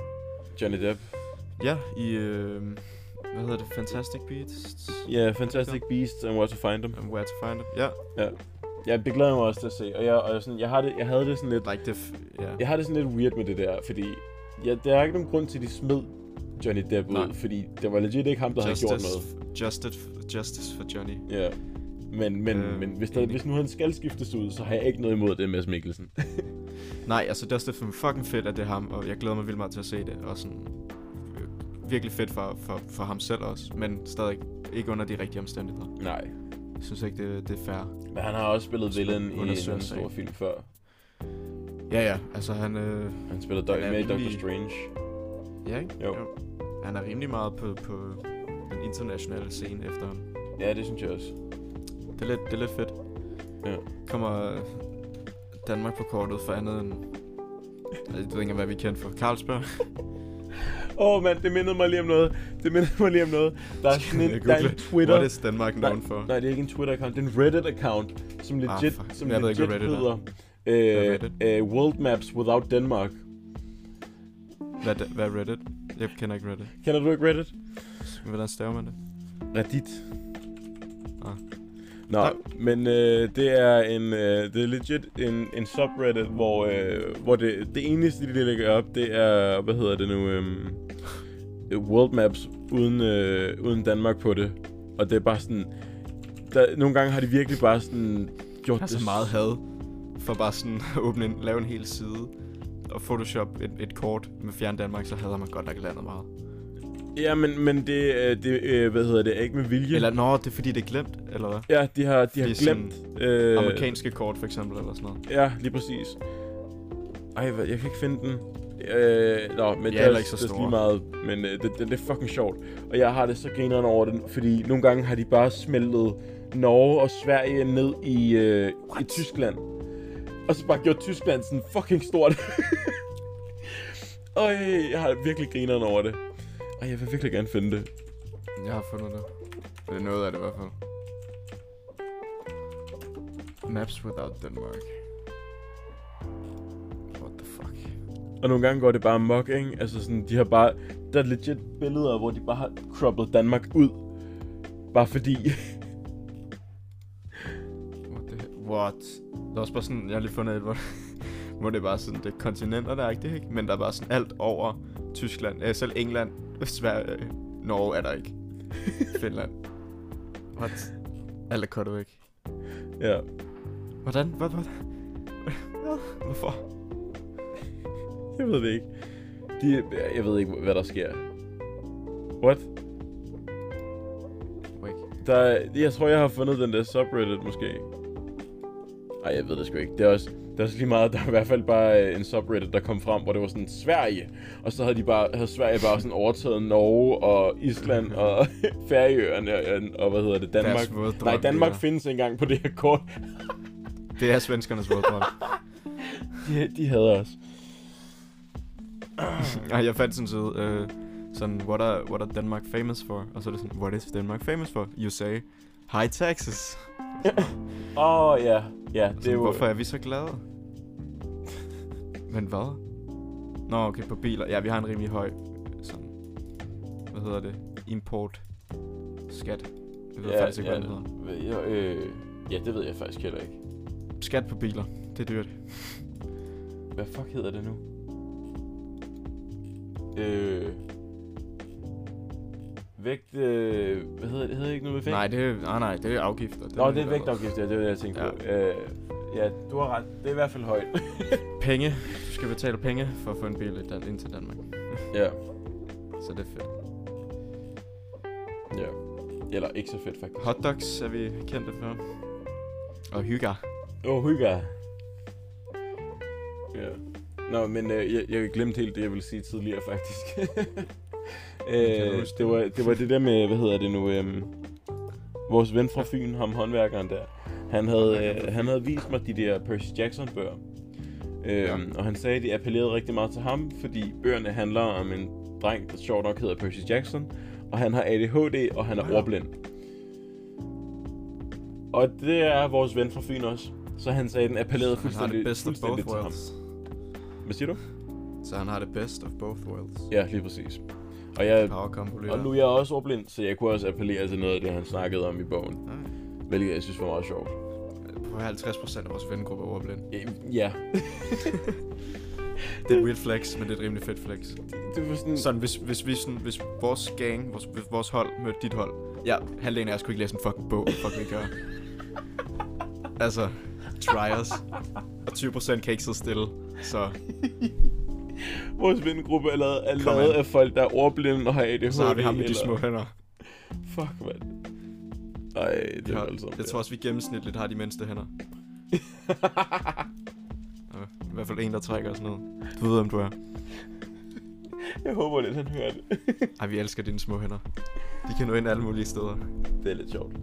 Johnny Depp.
Ja, i, øh, hvad hedder det, Fantastic Beasts
Ja, yeah, Fantastic Beasts and Where to Find Them.
and Where to Find Them. Ja,
Ja, det glæder jeg mig også til at se. Og jeg, og jeg, sådan, jeg, har det, jeg havde det sådan lidt...
like det, f- ja.
Jeg har det sådan lidt weird med det der, fordi... Ja, der er ikke nogen grund til, at de smed Johnny Depp ud,
Nej.
fordi det var legit ikke ham, der havde gjort noget.
Justice, justice for Johnny.
Ja. Men, men, øh,
Øh,
men hvis, der,
enig.
hvis nu han skal skiftes ud, så har jeg ikke noget imod det, Mads Mikkelsen.
Nej, altså det er også det er fucking fedt, at det er ham, og jeg glæder mig vildt meget til at se det, og sådan øh, virkelig fedt for, for, for ham selv også, men stadig ikke under de rigtige omstændigheder.
Nej.
Jeg synes ikke, det, det er fair.
Men han har også spillet
Sådan
villain i en
undersøger
anden
sag.
stor film før.
Ja, ja, altså han, øh,
Han spillede
Han
Dog,
er
med i Doctor
rimelig-
Strange.
ja ikke?
Jo.
Han er rimelig meget på, på den internationale scene efter ham.
Ja, det synes jeg også.
Det er lidt, det er lidt fedt.
Ja.
Kommer øh, Danmark på kortet for andet end... Jeg ved ikke engang, hvad vi er kendt for. Carlsberg.
Åh oh, mand, det mindede mig lige om noget. Det mindede mig lige om noget. Der er sådan en, der er en Twitter...
What is Danmark
Nej,
known for?
Nej, det er ikke en Twitter-account. Det er en Reddit-account, som
Ah,
legit,
fuck.
som
Jeg ved
legit
ikke, hvad Reddit er.
hedder
Hvad er
øh,
Reddit?
øh, World Maps Without Denmark.
Hvad, er- hvad er Reddit? Jeg kender ikke Reddit.
Kender du ikke Reddit?
Hvordan staver man det?
Reddit.
Ah.
Nå,
Nej.
men øh, det er en øh, det er legit en, en subreddit, hvor, øh, hvor det, det eneste, de lægger op, det er, hvad hedder det nu, øh, World Maps uden, øh, uden Danmark på det. Og det er bare sådan, der, nogle gange har de virkelig bare sådan gjort
Der er så
det
meget had for bare sådan at åbne en, lave en hel side og Photoshop et, et kort med Fjern Danmark, så hader man godt nok landet meget.
Ja, men, men det, øh, det øh, hvad hedder det, er ikke med vilje.
Eller, nå, det er fordi, det er glemt, eller hvad?
ja, de har, de har
Det er sådan
glemt. Øh,
Amerikanske kort, for eksempel, eller sådan noget.
Ja, lige præcis. Ej, hvad, jeg kan ikke finde den. Øh, nå, men
De er
det
heller
er,
ikke så
det er
store.
lige meget, men øh, det, det, det, er fucking sjovt. Og jeg har det så grineren over den, fordi nogle gange har de bare smeltet Norge og Sverige ned i, øh, i Tyskland. Og så bare gjort Tyskland sådan fucking stort. Øj, jeg har virkelig grineren over det. Og jeg vil virkelig gerne finde det.
Jeg har fundet det. Det er noget af det i hvert fald. Maps without Denmark.
Og nogle gange går det bare mok, ikke? Altså sådan, de har bare... Der er legit billeder, hvor de bare har croppet Danmark ud. Bare fordi...
What? The hell? What? Der er også bare sådan, jeg har lige fundet et, hvor, hvor det er bare sådan, det er kontinenter, der er ikke det, ikke? Men der er bare sådan alt over Tyskland, øh, selv England, Sverige, Norge er der ikke. Finland. What? Alt er kottet væk.
Ja.
Hvordan? Hvad? Hvad? Hvad? Hvorfor?
Jeg ved det ikke. De, jeg ved ikke, hvad der sker. What?
Wait.
Der, er- jeg tror, jeg har fundet den der subreddit, måske. Ej, jeg ved det sgu ikke. Det er også, det er også lige meget, der er i hvert fald bare øh, en subreddit, der kom frem, hvor det var sådan Sverige. Og så havde, de bare, havde Sverige bare sådan overtaget Norge og Island og Færøerne og, og hvad hedder det, Danmark.
Deres våde drøm,
Nej,
det
Danmark
der.
findes ikke engang på det her kort.
Det er svenskernes vådbrønd.
De, de hader os.
Ej, jeg fandt sådan en side, øh, sådan, what are, what are Denmark famous for? Og så er det sådan, what is Denmark famous for? You say, high taxes.
Åh, oh, ja. Ja, det er
Sådan,
jo...
Altså, Hvorfor er vi så glade? Men hvad? Nå, okay, på biler. Ja, vi har en rimelig høj, sådan, hvad hedder det? Import skat. Jeg ved ja, faktisk ikke, hvad ja. den hedder.
ja, øh, ja, det ved jeg faktisk heller ikke.
Skat på biler. Det er dyrt.
Hvad fuck hedder det nu? Øh... Vægt... Øh, hvad hedder det? Hedder det ikke noget med vægt?
Nej, det er, nej, nej, det er afgifter.
Nå, det er
alligevel-
vægtafgift, ja, det var det, jeg tænkte ja.
Ja.
på. Øh, ja, du har ret. Det er i hvert fald højt.
Penge. Du skal betale penge for at få en bil i Dan- ind til Danmark.
ja,
Så det er fedt.
ja. Eller ikke så fedt, faktisk.
Hotdogs er vi kendte for. Og hygger.
Åh, oh, hygge. Ja. Nå, men øh, jeg, jeg glemte helt det, jeg ville sige tidligere, faktisk.
Kan du
øh,
huske
det, var, det var det der med, hvad hedder det nu, øhm, vores ven fra Fyn, ham håndværkeren der, han havde, øh, han havde vist mig de der Percy Jackson bøger. Øhm,
Ja.
Og han sagde, at de appellerede rigtig meget til ham, fordi bøgerne handler om en dreng, der sjovt nok hedder Percy Jackson, og han har ADHD, og han er
Nå ja.
ordblind. Og det er vores ven fra Fyn også. Så han sagde, at den appellerede
Han har
fuldstændig,
det bedste of
fuldstændig
both
til ham.
worlds.
Hvad siger du?
Så han har det bedste of both worlds.
Ja, lige præcis. Og, jeg,
Power combo
og nu er jeg også ordblind, så jeg kunne også appellere til noget af det, han snakkede om i bogen.
Nej.
Hvilket jeg synes var meget sjovt.
På 50% af vores vengruppe er overblind.
Øh, Ja,
Det er et weird flex, men det er et rimelig fedt flex.
det var sådan...
Sådan, hvis, hvis, vi sådan, hvis vores gang, vores, hvis vores hold mødte dit hold. Ja, halvdelen af os kunne ikke læse en fucking bog. Hvad fuck vi gør? altså, try us. Og 20% kan ikke sidde stille. Så,
Vores vengruppe er lavet, er
Kom
lavet
an.
af folk, der er ordblinde og har ADHD.
så har vi ham med de
eller-
små hænder.
Fuck, mand. Ej, det
Vi
er
har,
voldsomt.
jeg tror også, vi gennemsnitligt har de mindste hænder. Og I hvert fald en, der trækker og sådan noget. Du ved, om du er.
Jeg håber lidt, han hører det.
Ej, vi elsker dine små hænder. De kan nå ind alle mulige steder.
Det er lidt sjovt.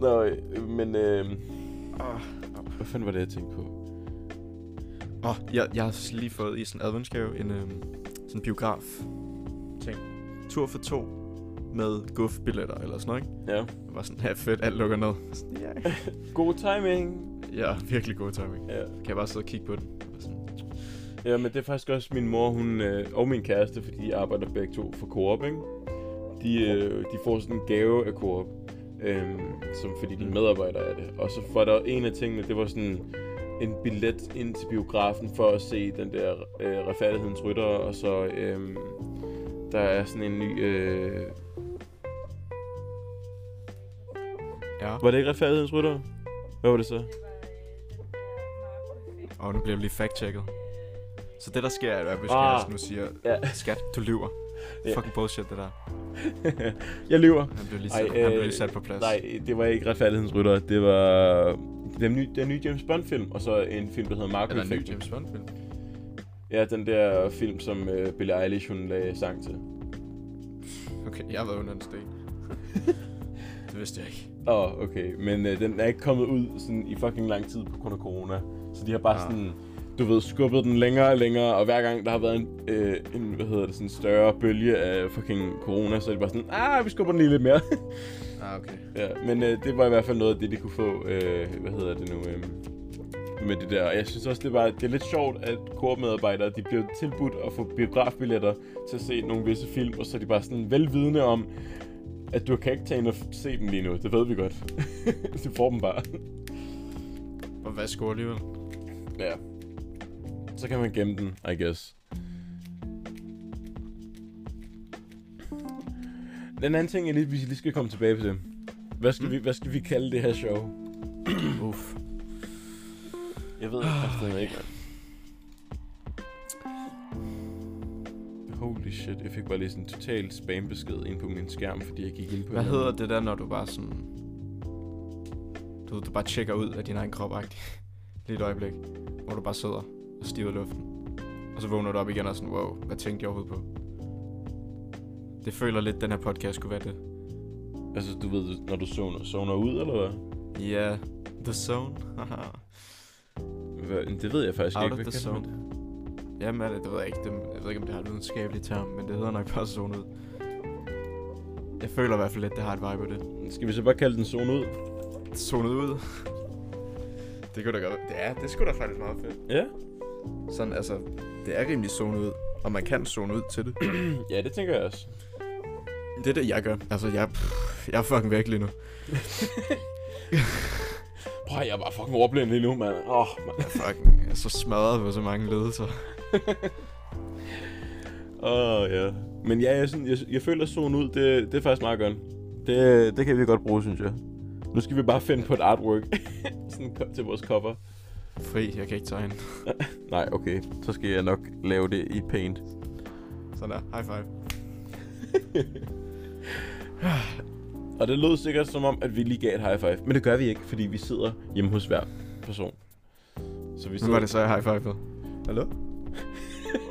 Nå, øh, men øh,
Ah,
hvad fanden var det, jeg tænkte på?
Åh, oh, jeg, jeg har lige fået i sådan en adventsgave en øhm, sådan en biograf ting. Tur for to med guf-billetter eller sådan noget, ikke?
Ja.
Det var sådan, ja fedt, alt lukker ned. Sådan, Ja,
God timing.
ja virkelig god timing.
Ja.
Kan jeg bare sidde og kigge på den? Og Sådan,
ja, men det er faktisk også min mor hun, øh, og min kæreste, fordi de arbejder begge to for Coop, ikke? De, øh, de får sådan en gave af Coop, øh, som, fordi de er medarbejdere af det. Og så var der en af tingene, det var sådan en billet ind til biografen for at se den der øh, retfærdighedens rytter, og så øh, der er sådan en ny... Øh,
ja.
var det ikke retfærdighedens rytter? Hvad var det så?
Og nu bliver jeg lige fact-checket. Så det, der sker, er, at hvis
Ah.
ah. nu siger,
Ja.
skat, du lyver.
Ja.
Yeah. Fucking bullshit, det der.
jeg lyver.
Han blev lige
Ej,
sat, Ej, øh, han blev
øh,
lige sat på plads.
Nej, det var ikke retfærdighedens rytter. Det var den nye, den nye James Bond-film, og så en film, der hedder Marco
Eller en ny
Effekten.
James Bond-film.
Ja, den der film, som øh, Billie Eilish, hun lagde sang til.
Okay, jeg har været under en sten. det vidste jeg ikke.
Åh, oh, okay. Men øh, den er ikke kommet ud sådan, i fucking lang tid på grund af corona. Så de har bare
Ah.
sådan, du ved, skubbet den længere og længere, og hver gang der har været en, øh, en hvad hedder det, sådan større bølge af fucking corona, så er det bare sådan, ah, vi skubber den lige lidt mere.
Ah, okay.
ja, men øh, det var i hvert fald noget af det, de kunne få, øh, hvad hedder det nu, øh, med det der. Jeg synes også, det, var, det er lidt sjovt, at kormedarbejdere de bliver tilbudt at få biografbilletter til at se nogle visse film, og så er de bare sådan velvidende om, at du kan ikke tage ind og f- se dem lige nu. Det ved vi godt. du får dem bare.
Og hvad skulle alligevel?
Ja. Så kan man gemme den, I guess. Den anden ting, jeg lige, vi lige skal komme tilbage til. Hvad skal, mm. vi, hvad skal vi kalde det her show?
Uff.
Jeg ved det ikke. Holy shit, jeg fik bare lige sådan en total spambesked ind på min skærm, fordi jeg gik ind på
Hvad
en eller
hedder
anden-
det der, når du bare sådan... Du, ved, du bare tjekker ud af din egen krop -agtig. Lige et øjeblik. Hvor du bare sidder og stiger i luften. Og så vågner du op igen og er sådan, wow, hvad tænkte jeg overhovedet på? Det føler lidt, den her podcast skulle være det.
Altså, du ved, når du zoner, zoner ud, eller hvad?
Ja, yeah. The Zone. Haha.
hvad? Det ved jeg faktisk
Out
ikke.
of
Hvad
the
kalder man
zone. Jamen, er det, det ved jeg ikke. Det, jeg ved ikke, om det har et videnskabeligt term, men det hedder nok bare zone ud. Jeg føler i hvert fald lidt, det har et vibe af det.
det? Skal vi så bare kalde den zone ud?
Zonet ud. det kunne da godt være- Ja, det skulle da faktisk meget fedt.
Ja.
Sådan, altså, det er rimelig zonet ud. Og man kan zone ud til det.
Ja, det tænker jeg også.
det er det, jeg gør. Altså, jeg, pff, jeg er fucking væk lige nu.
Prøv, jeg er bare fucking overblændet lige nu, mand. Åh, oh, man.
Jeg er fucking jeg er så smadret på så mange ledelser.
Åh, oh, ja. Men ja, jeg, er sådan, jeg, jeg føler, at solen ud, det, det er faktisk meget godt. Det, det kan vi godt bruge, synes jeg. Nu skal vi bare finde på et artwork sådan ko- til vores cover.
Fri, jeg kan ikke tegne.
Nej, okay. Så skal jeg nok lave det i Paint.
Sådan der, high five.
Og det lød sikkert som om, at vi lige gav et high five. Men det gør vi ikke, fordi vi sidder hjemme hos hver person. Så vi
Nu
sidder,
var det så, jeg high five Hallo?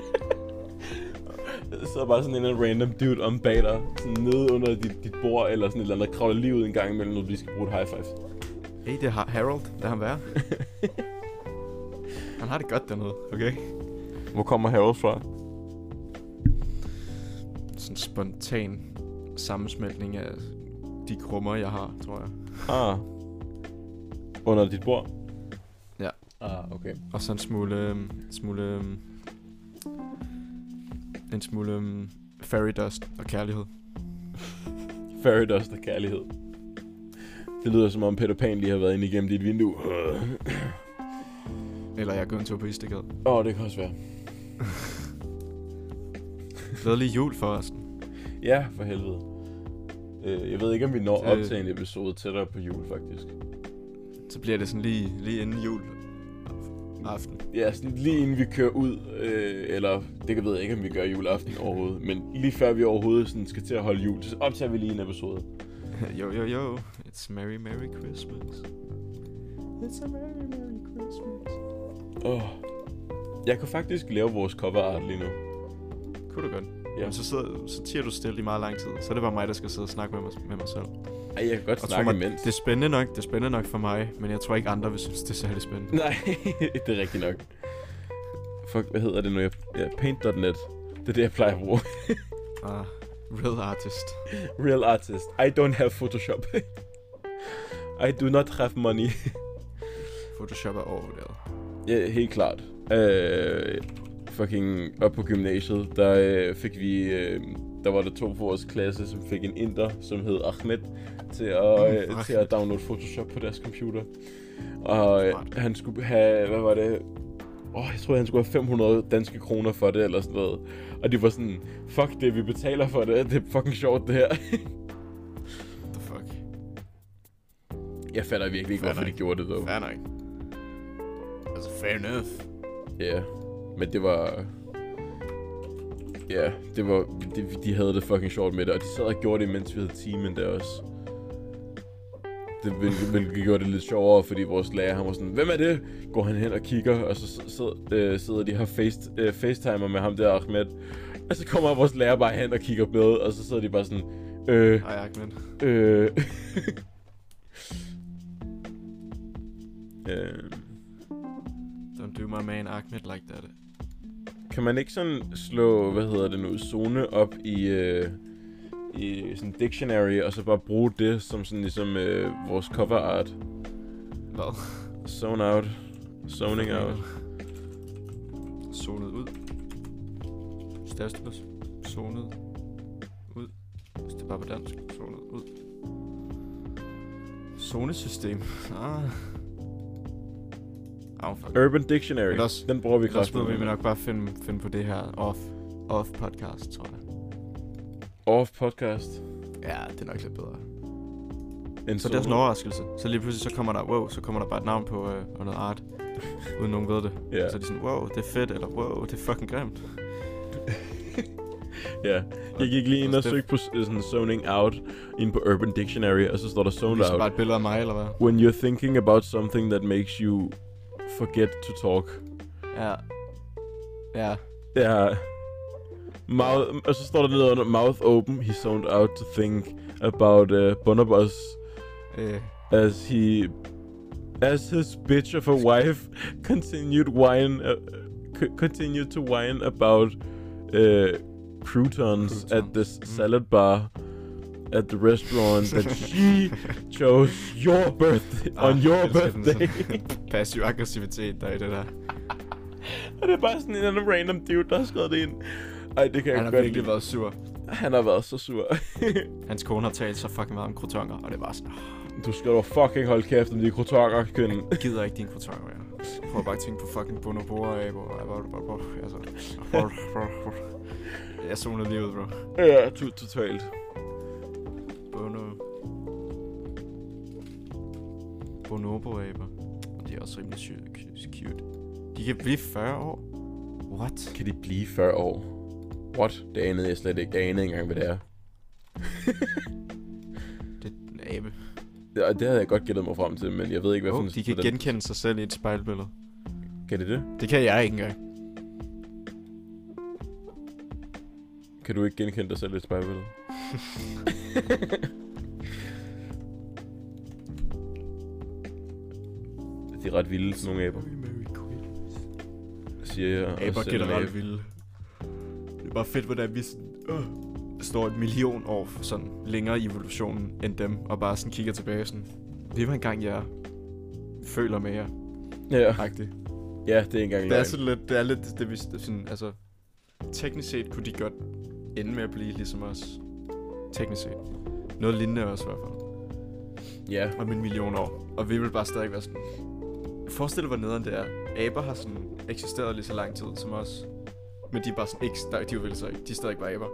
sidder bare sådan en eller anden random dude om bag dig. Sådan nede under dit, dit bord eller sådan et eller andet. Kravler lige ud en gang imellem, når vi skal bruge et high five.
Hey, det er Har- Harold. Lad ham være. han har det godt dernede, okay?
Hvor kommer Harold fra?
Sådan en spontan sammensmeltning af de krummer, jeg har, tror jeg.
Ah. Under dit bord?
Ja.
Ah, okay.
Og så en smule... øhm, smule øhm, en smule øhm, fairy dust og kærlighed.
Fairy dust og kærlighed. Det lyder som om Peter Pan lige har været inde igennem dit vindue. Åh,
Eller jeg går en tur på Istegade.
oh, det kan også være.
Glædelig jul forresten.
Ja, for helvede. Øh, jeg ved ikke, om vi når op
Det-
til en episode tættere på jul, faktisk.
Så bliver det sådan lige, lige inden jul aften.
Ja, sådan lige inden vi kører ud, øh, eller det kan- ved jeg ikke, om vi gør juleaften overhovedet, men lige før vi overhovedet sådan skal til at holde jul, så optager vi lige en episode.
jo, jo, jo. It's merry, merry Christmas. It's a merry, merry Christmas.
Oh. Jeg kan faktisk lave vores cover art lige nu.
Kunne du godt.
Ja.
Ja. Men så, sidder, så tiger du stille i meget lang tid. Så er det bare mig, der skal sidde og snakke med mig, med mig selv.
Ej, jeg kan godt
Og
snakke
mig,
imens.
det er spændende nok, det er spændende nok for mig, men jeg tror ikke andre vil synes, det er særlig spændende.
Nej, det er rigtigt nok. Fuck, hvad hedder det nu? Jeg, ja, paint.net. Det er det, jeg plejer at bruge.
Ah, real artist.
Real artist. I don't have Photoshop. I do not have money.
Photoshop er overvurderet.
ja, helt klart. Øh, fucking op på gymnasiet, der øh, fik vi... Øh, der var der to på vores klasse, som fik en inder, som hed Ahmed, til at, øh,
Ahmed.
til at downloade Photoshop på deres computer. Og øh,
Smart.
han skulle have... Hvad var det? Åh, oh, jeg tror, han skulle have 500 danske kroner for det, eller sådan noget. Og de var sådan, fuck det, vi betaler for det, det er fucking sjovt det her.
What the fuck?
Jeg fatter virkelig ikke,
Fair
hvorfor de
nok.
gjorde det, dog.
Fair nok. Altså, fair enough.
Ja, yeah. men det var... Ja, yeah, det var... De, de havde det fucking sjovt med det, og de sad og gjorde det, mens vi havde timen der også. Det hvilket- hvilket gjorde det lidt sjovere, fordi vores lærer, han var sådan, hvem er det? Går han hen og kigger, og så sidder, øh, sidder de her face, øh, facetimer med ham der, Ahmed. Og så kommer vores lærer bare hen og kigger med, og så sidder de bare sådan, øh,
Hej, Ahmed.
øh... øh...
Don't do my man Ahmed like that.
Kan man ikke sådan slå, hvad hedder det nu, zone op i, øh, i sådan dictionary, og så bare bruge det som sådan ligesom øh, vores cover art?
Hvad?
Zone out. Zoning out.
Zonet ud. Største plus. Zonet ud. Hvis det er bare på dansk. Zonet ud. Zonesystem. Ah. Oh, fuck.
Urban Dictionary.
Ellers-
Den bruger vi
Ellers må
kraftigt.
vi nok bare finde, finde på det her off, off podcast, tror jeg.
Off podcast.
Ja, det er nok lidt bedre.
En
Så det er sådan en overraskelse. Så lige pludselig så kommer der, wow, så kommer der bare et navn på øh, og noget art. Uden nogen ved det.
Ja,
Så er de sådan, wow, det er fedt, eller wow, det er fucking grimt.
ja. Jeg gik lige ind og
Også det.
søgte på s- sådan zoning out ind på Urban Dictionary, og så står der zoned
Det er
out.
bare et billede af mig, eller hvad?
When you're thinking about something that makes you forget to talk.
Ja. Ja.
Det er... Mouth, og så står der nede under, mouth open, he zoned out to think about uh, Bonobos
Øh,
as he... As his bitch of a wife continued whine, uh, c- continued to whine about uh, croutons, at
Croutons.
this
Mm.
salad bar at the restaurant that she chose your birthday on
ah,
your
jeg elsker den
birthday.
sådan Passiv aggressivitet, der er i det der.
Og det er bare sådan en anden random dude, der har skrevet det ind. Ej, det kan
Han
jeg
har
godt
virkelig
lide.
været sur.
Han har været så sur.
Hans kone har talt så fucking meget om krotonger, og det var sådan, "Åh,
du skal da fucking holde kæft om de krotokker, køn.
jeg gider ikke din krotonger, ja. Prøv bare at tænke på fucking bonoboer, af, bro. Ej, hvor- hvor- hvor- Altså, hvor- hvor- hvor- jeg zonede lige ud, bro.
ja, to- totalt.
Bono... Bonobo-aber. Og de er også rimelig sy- sy- cute. De kan blive 40 år. What?
Kan de blive 40 år? What? Det anede jeg slet ikke. Jeg anede ikke engang, hvad det er.
Det er en abe.
Det, og det havde jeg godt gættet mig frem til, men jeg ved ikke, hvad for
Oh,
en-
de kan
hvordan-
genkende sig selv i et spejlbillede.
Kan det det?
Det kan jeg ikke engang.
Kan du ikke genkende dig selv i et spejlbillede? de er ret vilde, sådan nogle aber, siger jeg. og
Aber
sætter en abe.
generelt vilde. Det er bare fedt, hvordan vi sådan, øh, står et million år f- sådan længere i evolutionen end dem, og bare sådan kigger tilbage sådan, det var engang jeg føler med jer,
Ja,
agtigt.
ja, det er ikke engang
Det er
løgn.
sådan lidt, det er lidt, det, vi s- sådan, altså, teknisk set kunne de godt ende med at blive ligesom os. Teknisk set. Noget lignende os i hvert fald.
Ja,
om en million år. Og vi vil bare stadig være sådan... Forestil dig, hvor nederen det er. Aber har sådan eksisteret lige så lang tid som os. Men de er bare sådan ikke... Der, de er jo vel så ikke. De er stadig bare aber.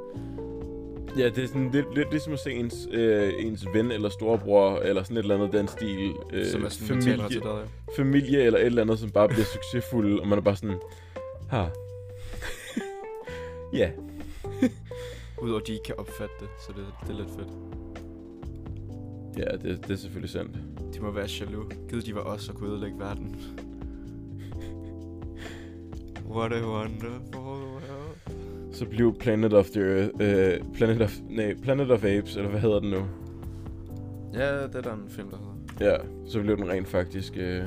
Ja, det er sådan lidt, lidt ligesom at se ens, øh, ens ven eller storebror, eller sådan et eller andet den stil.
Øh,
Øh,
som er sådan mentalt
familie,
retarderet.
familie eller et eller andet, som bare bliver succesfulde, og man er bare sådan, ha. ja,
Udover at de ikke kan opfatte det, så det, det er lidt fedt.
ja det, det er selvfølgelig sandt.
De må være jaloux. Givet de var os og kunne ødelægge verden. What a wonderful world.
Så blev Planet of the Earth, øh, Planet of, nej, Planet of Apes, eller hvad hedder den nu?
Ja, det er der en film, der hedder.
Ja, så blev den rent faktisk, øh,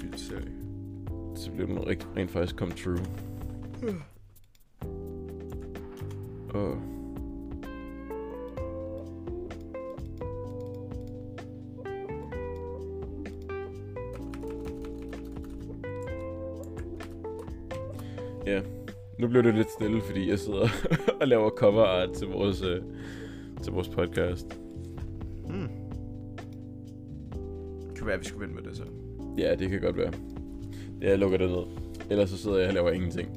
Filmserie.
så blev den rent, rent faktisk come true. Og Ja, nu blev det lidt stille, fordi jeg sidder og laver cover art til vores, øh, til vores podcast.
Hmm. Det kan være, at vi skulle vente med det så.
Ja, det kan godt være. Jeg lukker det ned. Ellers så sidder jeg og laver ingenting.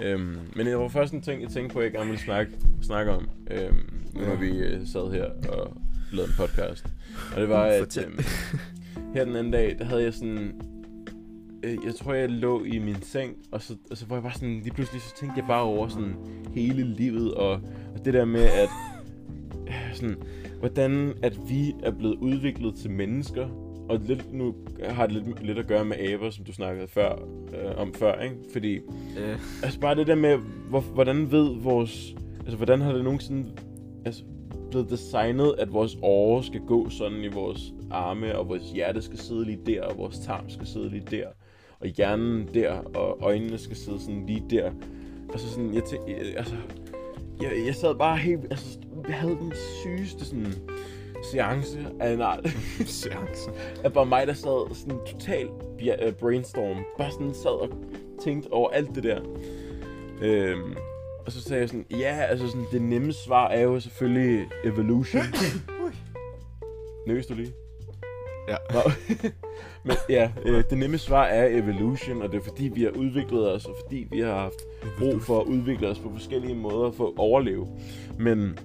Øhm, men det var først en ting, jeg tænkte på, jeg gerne ville snakke, snakke om, øhm, nu når vi øh, sad her og lavede en podcast. Og det var, at
Fortæl.
øhm, her den anden dag, der havde jeg sådan... Øh, jeg tror, jeg lå i min seng, og så, og så var jeg bare sådan... Lige pludselig så tænkte jeg bare over sådan hele livet, og, og det der med, at... øh, Sådan, hvordan at vi er blevet udviklet til mennesker, og lidt, nu har det lidt, lidt at gøre med aber, som du snakkede før, øh, om før, ikke? Fordi
Øh,
Altså bare det der med, hvor, hvordan ved vores... Altså hvordan har det nogensinde altså, blevet designet, at vores åre skal gå sådan i vores arme, og vores hjerte skal sidde lige der, og vores tarm skal sidde lige der, og hjernen der, og øjnene skal sidde sådan lige der. Altså sådan, jeg tænkte, altså, jeg, jeg sad bare helt, altså, jeg havde den sygeste sådan seance af en art.
Seance.
at bare mig, der sad sådan total bia- øh, brainstorm. Bare sådan sad og tænkte over alt det der. Øhm, og så sagde jeg sådan, ja, altså sådan, det nemme svar er jo selvfølgelig evolution.
Ui.
Nøs du lige?
Ja.
Nå. Men ja, øh, det nemme svar er evolution, og det er fordi, vi har udviklet os, og fordi vi har haft brug for at udvikle os på forskellige måder for at overleve. Men,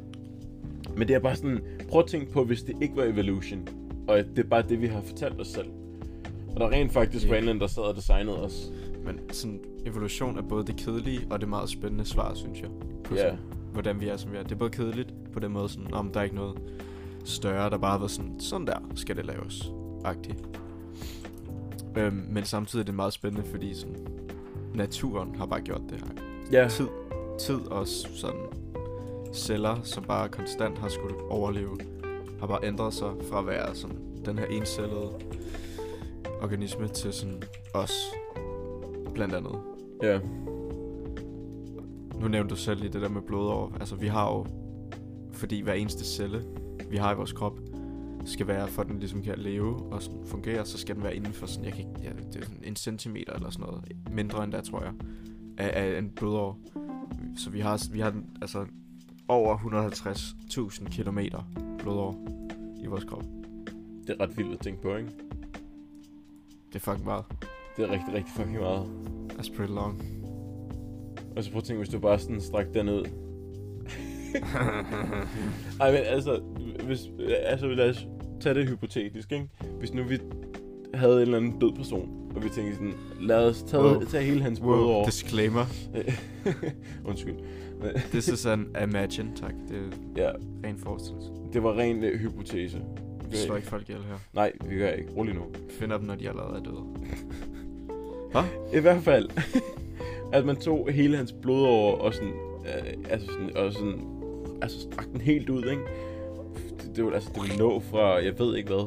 men det er bare sådan, prøv at tænke på, hvis det ikke var evolution, og at det er bare det, vi har fortalt os selv. Og der er rent faktisk
Ja.
yeah. Brandon, der sad og designede os.
Men sådan, evolution er både det kedelige og det meget spændende svar, synes jeg. På
Ja.
sådan, hvordan vi er, som vi er. Det er både kedeligt på den måde, sådan, om der er ikke noget større, der bare har været sådan, sådan der skal det laves, agtigt. Øhm, men samtidig er det meget spændende, fordi sådan, naturen har bare gjort det her.
Ja,
Tid, tid og s- sådan celler, som bare konstant har skulle overleve, har bare ændret sig fra at være sådan den her encellede organisme til sådan os, blandt andet.
ja,
Nu nævnte du selv lige det der med blodår. Altså, vi har jo... Fordi hver eneste celle, vi har i vores krop, skal være, for at den ligesom kan leve og sådan fungere, så skal den være inden for sådan, jeg kan ikke, ja, det er sådan en centimeter eller sådan noget, mindre end der, tror jeg, af, af en blodår. Så vi har, vi har den, altså over 150.000 kilometer blodår i vores krop.
det er ret vildt at tænke på, ikke?
Det er fucking meget.
Det er rigtig, rigtig fucking meget.
That's pretty long.
Og så prøv at tænke, hvis du bare sådan strak den ud. Ej, men altså, hvis, altså, lad os tage det hypotetisk, ikke? Hvis nu vi havde en eller anden død person, og vi tænkte sådan, lad os tage,
Wow.
wow. tage hele hans blod
Wow,
over.
disclaimer.
Undskyld.
This is an imagine, tak. Det er
Ja,
ren forestillelse.
det var ren øh, hypotese.
Vi slår ikke folk ihjel her.
Nej, vi gør ikke. Rolig nu.
finder dem, når de allerede er døde.
I hvert fald, at man tog hele hans blod over og sådan, øh, altså sådan, og sådan, altså strak den helt ud, ikke? Det, det, vil, altså, det vil nå fra, jeg ved ikke hvad,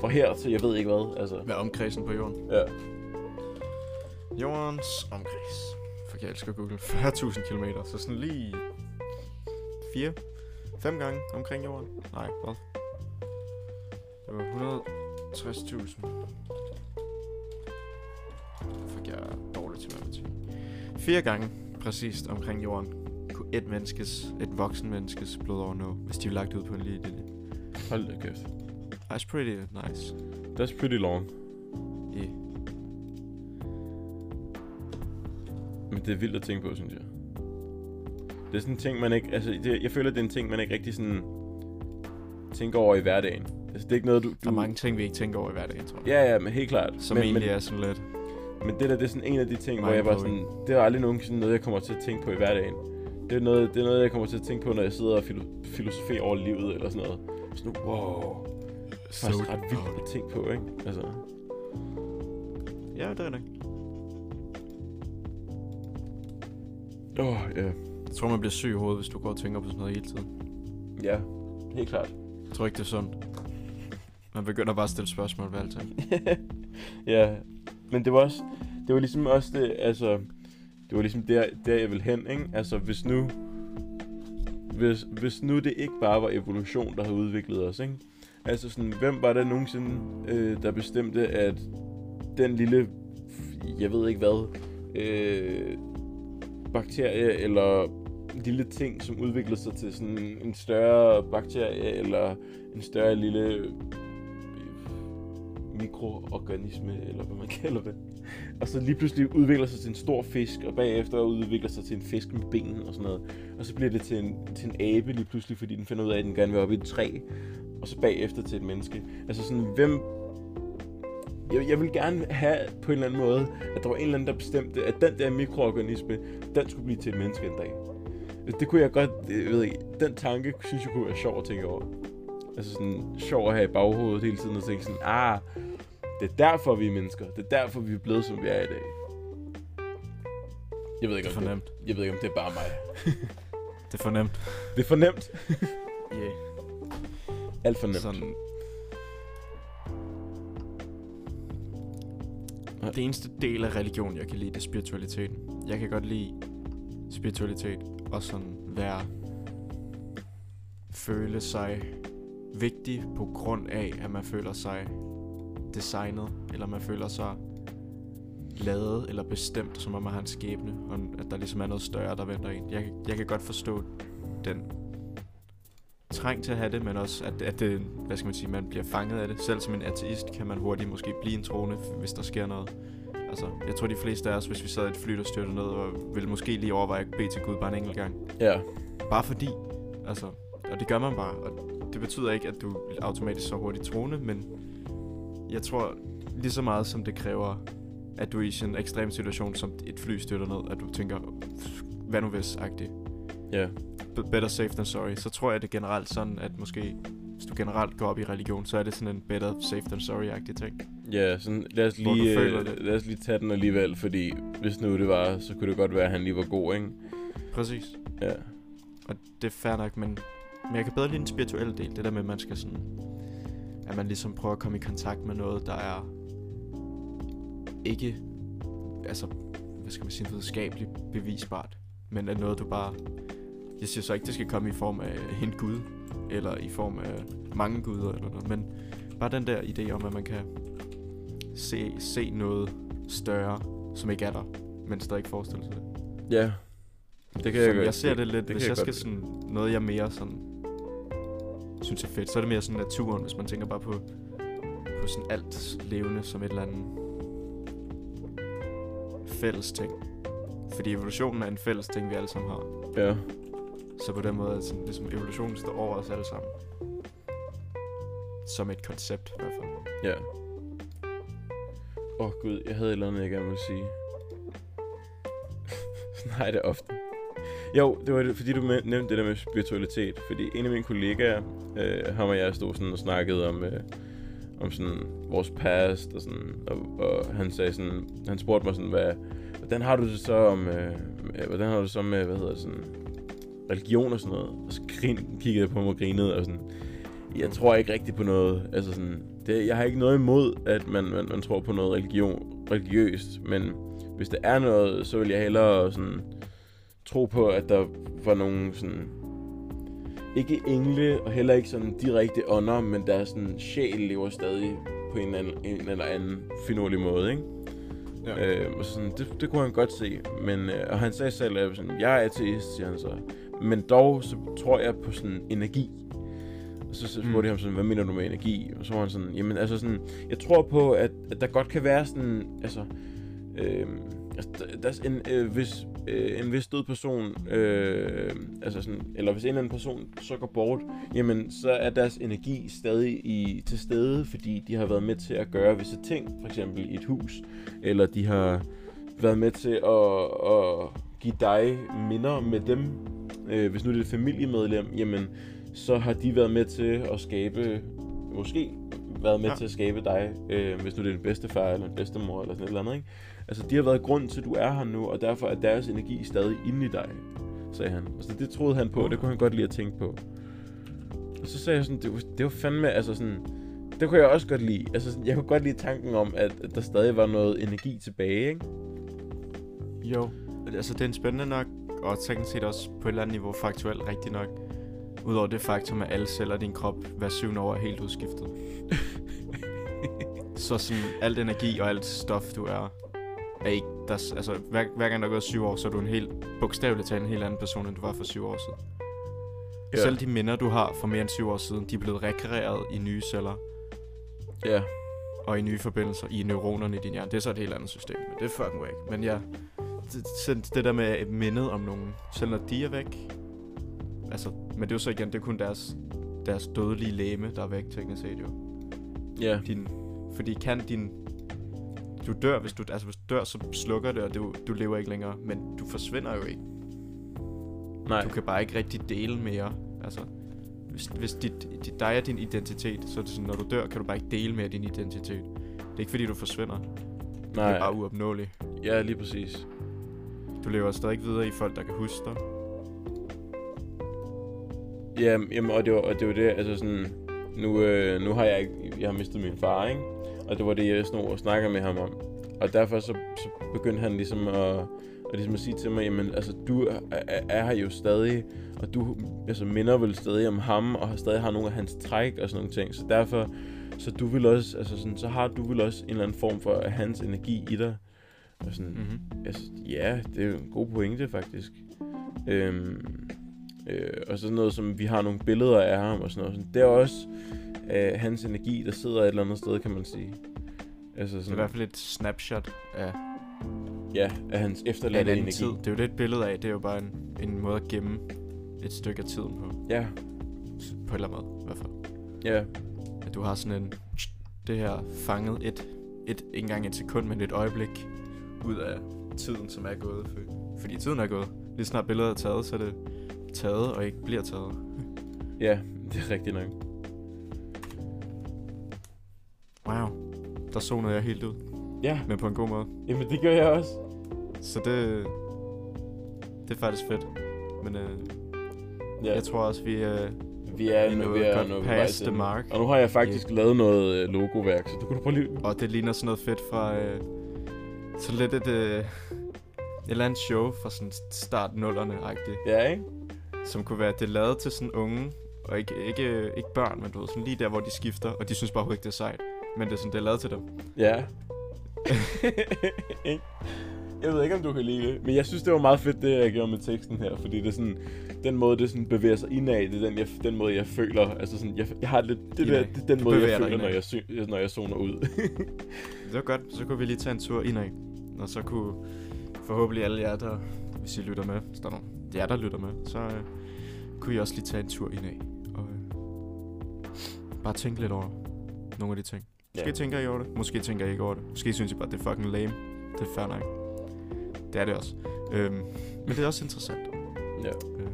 fra her til jeg ved ikke hvad, altså.
Hvad er omkredsen på jorden?
Ja.
Jordens omkreds. Fuck, jeg elsker Google. 40.000 km, så sådan lige... 4 5 gange omkring jorden. Nej, hvad? Det var 160.000. Fuck, jeg er dårlig til matematik. 4 gange præcist omkring jorden kunne et menneskes, et voksen menneskes blod overnå, hvis de blev lagt ud på en lille linje.
Hold da kæft.
That's pretty nice.
That's pretty long.
Yeah.
Men det er vildt at tænke på, synes jeg. Det er sådan en ting, man ikke... Altså, det, jeg føler, det er en ting, man ikke rigtig sådan... Tænker over i hverdagen. Altså, det er ikke noget, du... du
Der er mange ting, vi ikke tænker over i hverdagen, tror jeg.
Ja, ja, men helt klart.
Som
men,
men, egentlig
men,
er sådan lidt.
men det der, det er sådan en af de ting, hvor
Mind
jeg bare sådan...
blowing.
Det er aldrig nogensinde noget, jeg kommer til at tænke på i hverdagen. Det er noget, det er noget jeg kommer til at tænke på, når jeg sidder og filo- filosoferer over livet eller sådan noget. Sådan, wow. Det er faktisk ret vildt at tænke på, ikke? Altså,
Ja, det er det.
åh, oh, ja.
Jeg tror, man bliver syg i hovedet, hvis du går og tænker på sådan noget hele tiden.
Ja, helt klart.
Jeg tror ikke, det er sundt. Man begynder bare at stille spørgsmål ved alting.
ja, men det var også, det var ligesom også det, altså, det var ligesom der, der jeg ville hen, ikke? Altså, hvis nu, hvis, hvis nu det ikke bare var evolution, der havde udviklet os, ikke? Altså sådan, hvem var der nogensinde, øh, der bestemte, at den lille, jeg ved ikke hvad, øh, bakterie eller lille ting, som udviklede sig til sådan en større bakterie eller en større lille øh, mikroorganisme, eller hvad man kalder det. Og så lige pludselig udvikler sig til en stor fisk, og bagefter udvikler sig til en fisk med ben og sådan noget. Og så bliver det til en, til en abe lige pludselig, fordi den finder ud af, at den gerne vil op i et træ. Og så bagefter til et menneske. Altså sådan, hvem... Jeg, jeg vil gerne have på en eller anden måde, at der var en eller anden, der bestemte, at den der mikroorganisme, den skulle blive til et menneske en dag. Altså, Det kunne jeg godt, jeg ved ikke, den tanke synes jeg kunne være sjov at tænke over. Altså sådan sjov at have i baghovedet hele tiden og tænke sådan, ah, det er derfor, vi er mennesker. Det er derfor, vi er blevet, som vi er i dag. Jeg
Det
ved ikke,
er
om det,
fornemt.
jeg ved ikke, om det er bare mig.
Det er fornemt.
Det er for nemt.
Yeah.
Alt for nemt.
Sådan. Det eneste del af religion, jeg kan lide, det er spiritualiteten. Jeg kan godt lide spiritualitet og sådan være... Føle sig vigtig på grund af, at man føler sig designet, eller man føler sig lavet eller bestemt, som om man har en skæbne, og at der ligesom er noget større, der venter en. Jeg, jeg kan godt forstå den trang til at have det, men også at, at det, hvad skal man sige, man bliver fanget af det. Selv som en ateist kan man hurtigt måske blive en troende, hvis der sker noget. Altså, jeg tror de fleste af os, hvis vi sad i et fly, der styrte ned, og ville måske lige overveje at bede til Gud bare en enkelt gang.
Ja.
Bare fordi, altså, og det gør man bare, og det betyder ikke, at du automatisk så hurtigt troende, men jeg tror lige så meget, som det kræver, at du er i sådan en ekstrem situation, som et fly styrter ned, at du tænker, hvad nu hvis, agtigt.
Ja.
B- better safe than sorry, så tror jeg det er generelt sådan, at måske, hvis du generelt går op i religion, så er det sådan en better safe than sorry-agtig ting.
Ja, sådan, lad, os
Hvor du
lige,
føler
øh,
det.
lad os lige tage den alligevel, fordi hvis nu det var, så kunne det godt være, at han lige var god, ikke?
Præcis.
Ja.
Og det er fair nok, men, men jeg kan bedre lide den spirituelle del. Det der med, at man skal sådan... At man ligesom prøver at komme i kontakt med noget, der er... Ikke... Altså, hvad skal man sige, videnskabeligt bevisbart. Men er noget, du bare... Jeg siger så ikke, det skal komme i form af en gud, eller i form af mange guder eller noget, men bare den der idé om, at man kan se, se noget større, som ikke er der, men stadig forestille sig det.
Ja. Det kan jeg
Sådan,
godt.
jeg ser det lidt, det
det kan
hvis
jeg
jeg, skal
godt
sådan noget, jeg mere sådan, synes er fedt, så er det mere sådan naturen, hvis man tænker bare på, på sådan alt levende som et eller andet fælles ting. Fordi evolutionen er en fælles ting, vi alle sammen har.
Ja.
Så på den måde er det sådan, ligesom evolutionen står over os alle sammen. Som et koncept i hvert fald.
Ja. Åh oh, gud, jeg havde et eller andet, jeg gerne ville sige. Sådan har jeg det ofte. Jo, det var det, fordi du mæ- nævnte det der med spiritualitet. Fordi en af mine kollegaer, øh, ham og jeg stod sådan og snakkede om, øh, om sådan vores past, og, sådan, og, og han sagde sådan, han spurgte mig sådan, hvad, hvordan har du det så om, øh, med- hvordan har du det så med, hvad hedder det, sådan, religion og sådan noget. Og så grin, kiggede jeg på mig og grinede, og sådan, jeg tror ikke rigtigt på noget. Altså sådan, det, jeg har ikke noget imod, at man, man, man tror på noget religion, religiøst, men hvis det er noget, så vil jeg hellere sådan, tro på, at der var nogle sådan, ikke engle, og heller ikke sådan direkte ånder, men der er sådan, sjæl lever stadig på en eller anden, en eller anden finurlig måde, ikke?
Ja.
Øh, og sådan, det, det kunne han godt se. Men, øh, og han sagde selv, at sådan, jeg er ateist, siger han så. Men dog, så tror jeg på sådan energi. Og så, så spurgte
Mm.
jeg ham sådan, hvad mener du med energi? Og så var han sådan, jamen altså sådan, jeg tror på, at, at der godt kan være sådan, altså, øh, altså der- der, er en, øh, hvis øh, en vis død person, øh, altså sådan, eller hvis en eller anden person så går bort, jamen så er deres energi stadig i, til stede, fordi de har været med til at gøre visse ting, for eksempel i et hus, eller de har været med til at, at give dig minder med dem. Øh, hvis nu det er et familiemedlem, jamen så har de været med til at skabe, måske været med ja.
Ja.
til at skabe dig, øh, hvis nu det er din bedstefar eller en bedstemor eller sådan et eller andet, ikke? Altså de har været grund til, at du er her nu, og derfor er deres energi stadig inde i dig, sagde han. Altså det troede han på, det kunne han godt lide at tænke på. Og så sagde jeg sådan, det var, det var fandme, altså sådan, det kunne jeg også godt lide. Altså, sådan, jeg kunne godt lide tanken om, at, at der stadig var noget energi tilbage, ikke?
Jo. Altså, det er en spændende nok, og teknisk set også på et eller andet niveau faktuelt rigtigt nok. Udover det faktum, at alle celler i din krop hver syvende år er helt udskiftet. så sådan, alt energi og alt stof, du er, er ikke... Der, s- altså, hver, hver gang der er gået syv år, så er du en helt, bogstaveligt talt en helt anden person, end du var for syv år siden.
Ja.
Ja. Selv de minder, du har for mere end syv år siden, de er blevet rekreeret i nye celler
Ja.
og i nye forbindelser i neuronerne i din hjerne. Det er så et helt andet system, men det er fucking væk. Men ja, det, selv det der med mindet om nogen, selv når de er væk, altså, men det er jo så igen, det er kun deres, deres dødelige læme, der er væk, teknisk set jo.
Ja.
Din, fordi kan din, du dør, hvis du, altså hvis du dør, så slukker det, og du, du lever ikke længere, men du forsvinder jo ikke.
Nej.
Du kan bare ikke rigtig dele mere. Altså, hvis, hvis dit, dit, dig er din identitet, så er det sådan, når du dør, kan du bare ikke dele mere din identitet. Det er ikke fordi, du forsvinder. Nej. Det er bare
Nej.
uopnåeligt.
Ja, lige præcis.
Du lever stadig videre i folk, der kan huske dig.
Ja, jamen, og det var, og det, var det altså sådan, nu, øh, nu har jeg ikke, jeg har mistet min far, ikke? Og det var det, jeg snod og snakkede med ham om. Og derfor så, så begyndte han ligesom at, Og ligesom at sige til mig, jamen altså, du er, er- er her jo stadig, og du altså, minder vel stadig om ham, og har stadig har nogle af hans træk og sådan nogle ting. Så derfor, så du vil også, altså sådan, så har du vel også en eller anden form for hans energi i dig. Og sådan,
Mm-hmm.
Altså, ja, det er jo en god pointe, faktisk. Øhm, øh, og sådan noget som, vi har nogle billeder af ham og sådan noget. Sådan, det er også øh, hans energi, der sidder et eller andet sted, kan man sige. Altså
Det er i hvert
sådan,
fald et snapshot af
ja, af hans
en anden
efterladte energi.
tid. Det er jo det, et billede af. Det er jo bare en, en måde at gemme et stykke af tiden på.
Ja,
S- På en eller anden måde, i hvert fald.
ja,
At du har sådan en... Det her fanget et, et, ikke engang et sekund, men et øjeblik ud af tiden, som er gået. For, fordi tiden er gået. Lige snart billedet er taget, så er det taget og ikke bliver taget.
ja, det er rigtigt nok.
Wow. Der zonede jeg helt ud,
Ja,
men på en god måde.
jamen det gør jeg også.
Så det... Det er faktisk fedt. Men øh,
Ja,
ja. jeg tror også, vi... Øh,
vi er
vi
nu
nåede
ved at
godt
nå
past
vej
the mark.
Og nu har jeg faktisk lavet noget øh, logoværk, så du kan du prøve lige...
Og det ligner sådan noget fedt fra... Øh, så lidt et... Øh, et eller andet show fra sådan start nullerne agtigt
Ja, ikke?
Som kunne være, det er lavet til sådan unge, og ikke, ikke, øh, ikke børn, men du ved, sådan lige der, hvor de skifter, og de synes bare overhovedet ikke, det er sejt. Men det er sådan, det er lavet til dem.
Ja. Ikke? jeg ved ikke, om du kan lide det, men jeg synes, det var meget fedt, det jeg gjorde med teksten her, fordi det er sådan, den måde, det sådan bevæger sig indad, det er den, jeg, den måde, jeg føler, altså sådan, jeg, jeg har lidt, det, der,
Indad.
det er den
Du
måde,
bevæger
jeg
dig
føler, når
indad.
jeg, sy- når jeg zoner ud.
Det var godt, så kunne vi lige tage en tur indad. Og så kunne forhåbentlig alle jer, der, hvis I lytter med, hvis der er nogen, jer, der lytter med, så øh, kunne I også lige tage en tur indad. Og øh, bare tænke lidt over nogle af de ting. Måske
Ja.
ja. tænker I over det, måske tænker I ikke over det. Måske synes I bare, det er fucking lame. Det er fair nok. Det er det også. Øhm, men det er også interessant.
ja.
Øh,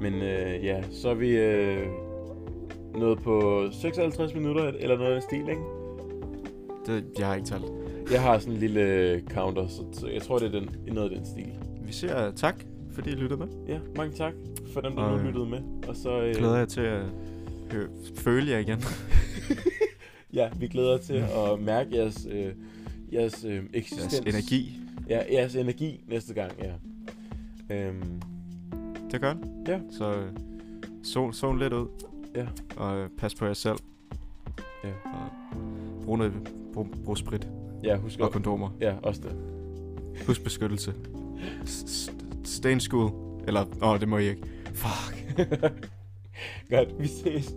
Men øh, ja, så er vi øh, nået på 56 minutter, eller noget af den stil, ikke?
det, jeg har ikke talt.
Jeg har sådan en lille øh, counter, så, så jeg tror, det er den, noget af den stil.
Vi siger øh, tak, fordi I lytter med.
Ja, mange tak for dem, der
Og,
nu
øh,
lyttede med. Og så, øh,
Glæder jeg til at høre, føle jer igen.
Ja, vi glæder os til at mærke jeres, øh, jeres øh, eksistens.
Jeres energi.
Ja, jeres energi næste gang, ja. Øhm,
Det gør
Ja.
Så øh, sol, sol lidt ud.
Ja.
Og øh, pas på jer selv.
Ja.
Og brug, noget, brug, brug sprit
ja, husk
og
at...
kondomer.
Ja, også det.
Husk beskyttelse. S- s- Stay in school. Eller, åh, det må I ikke. Fuck.
Godt, vi ses.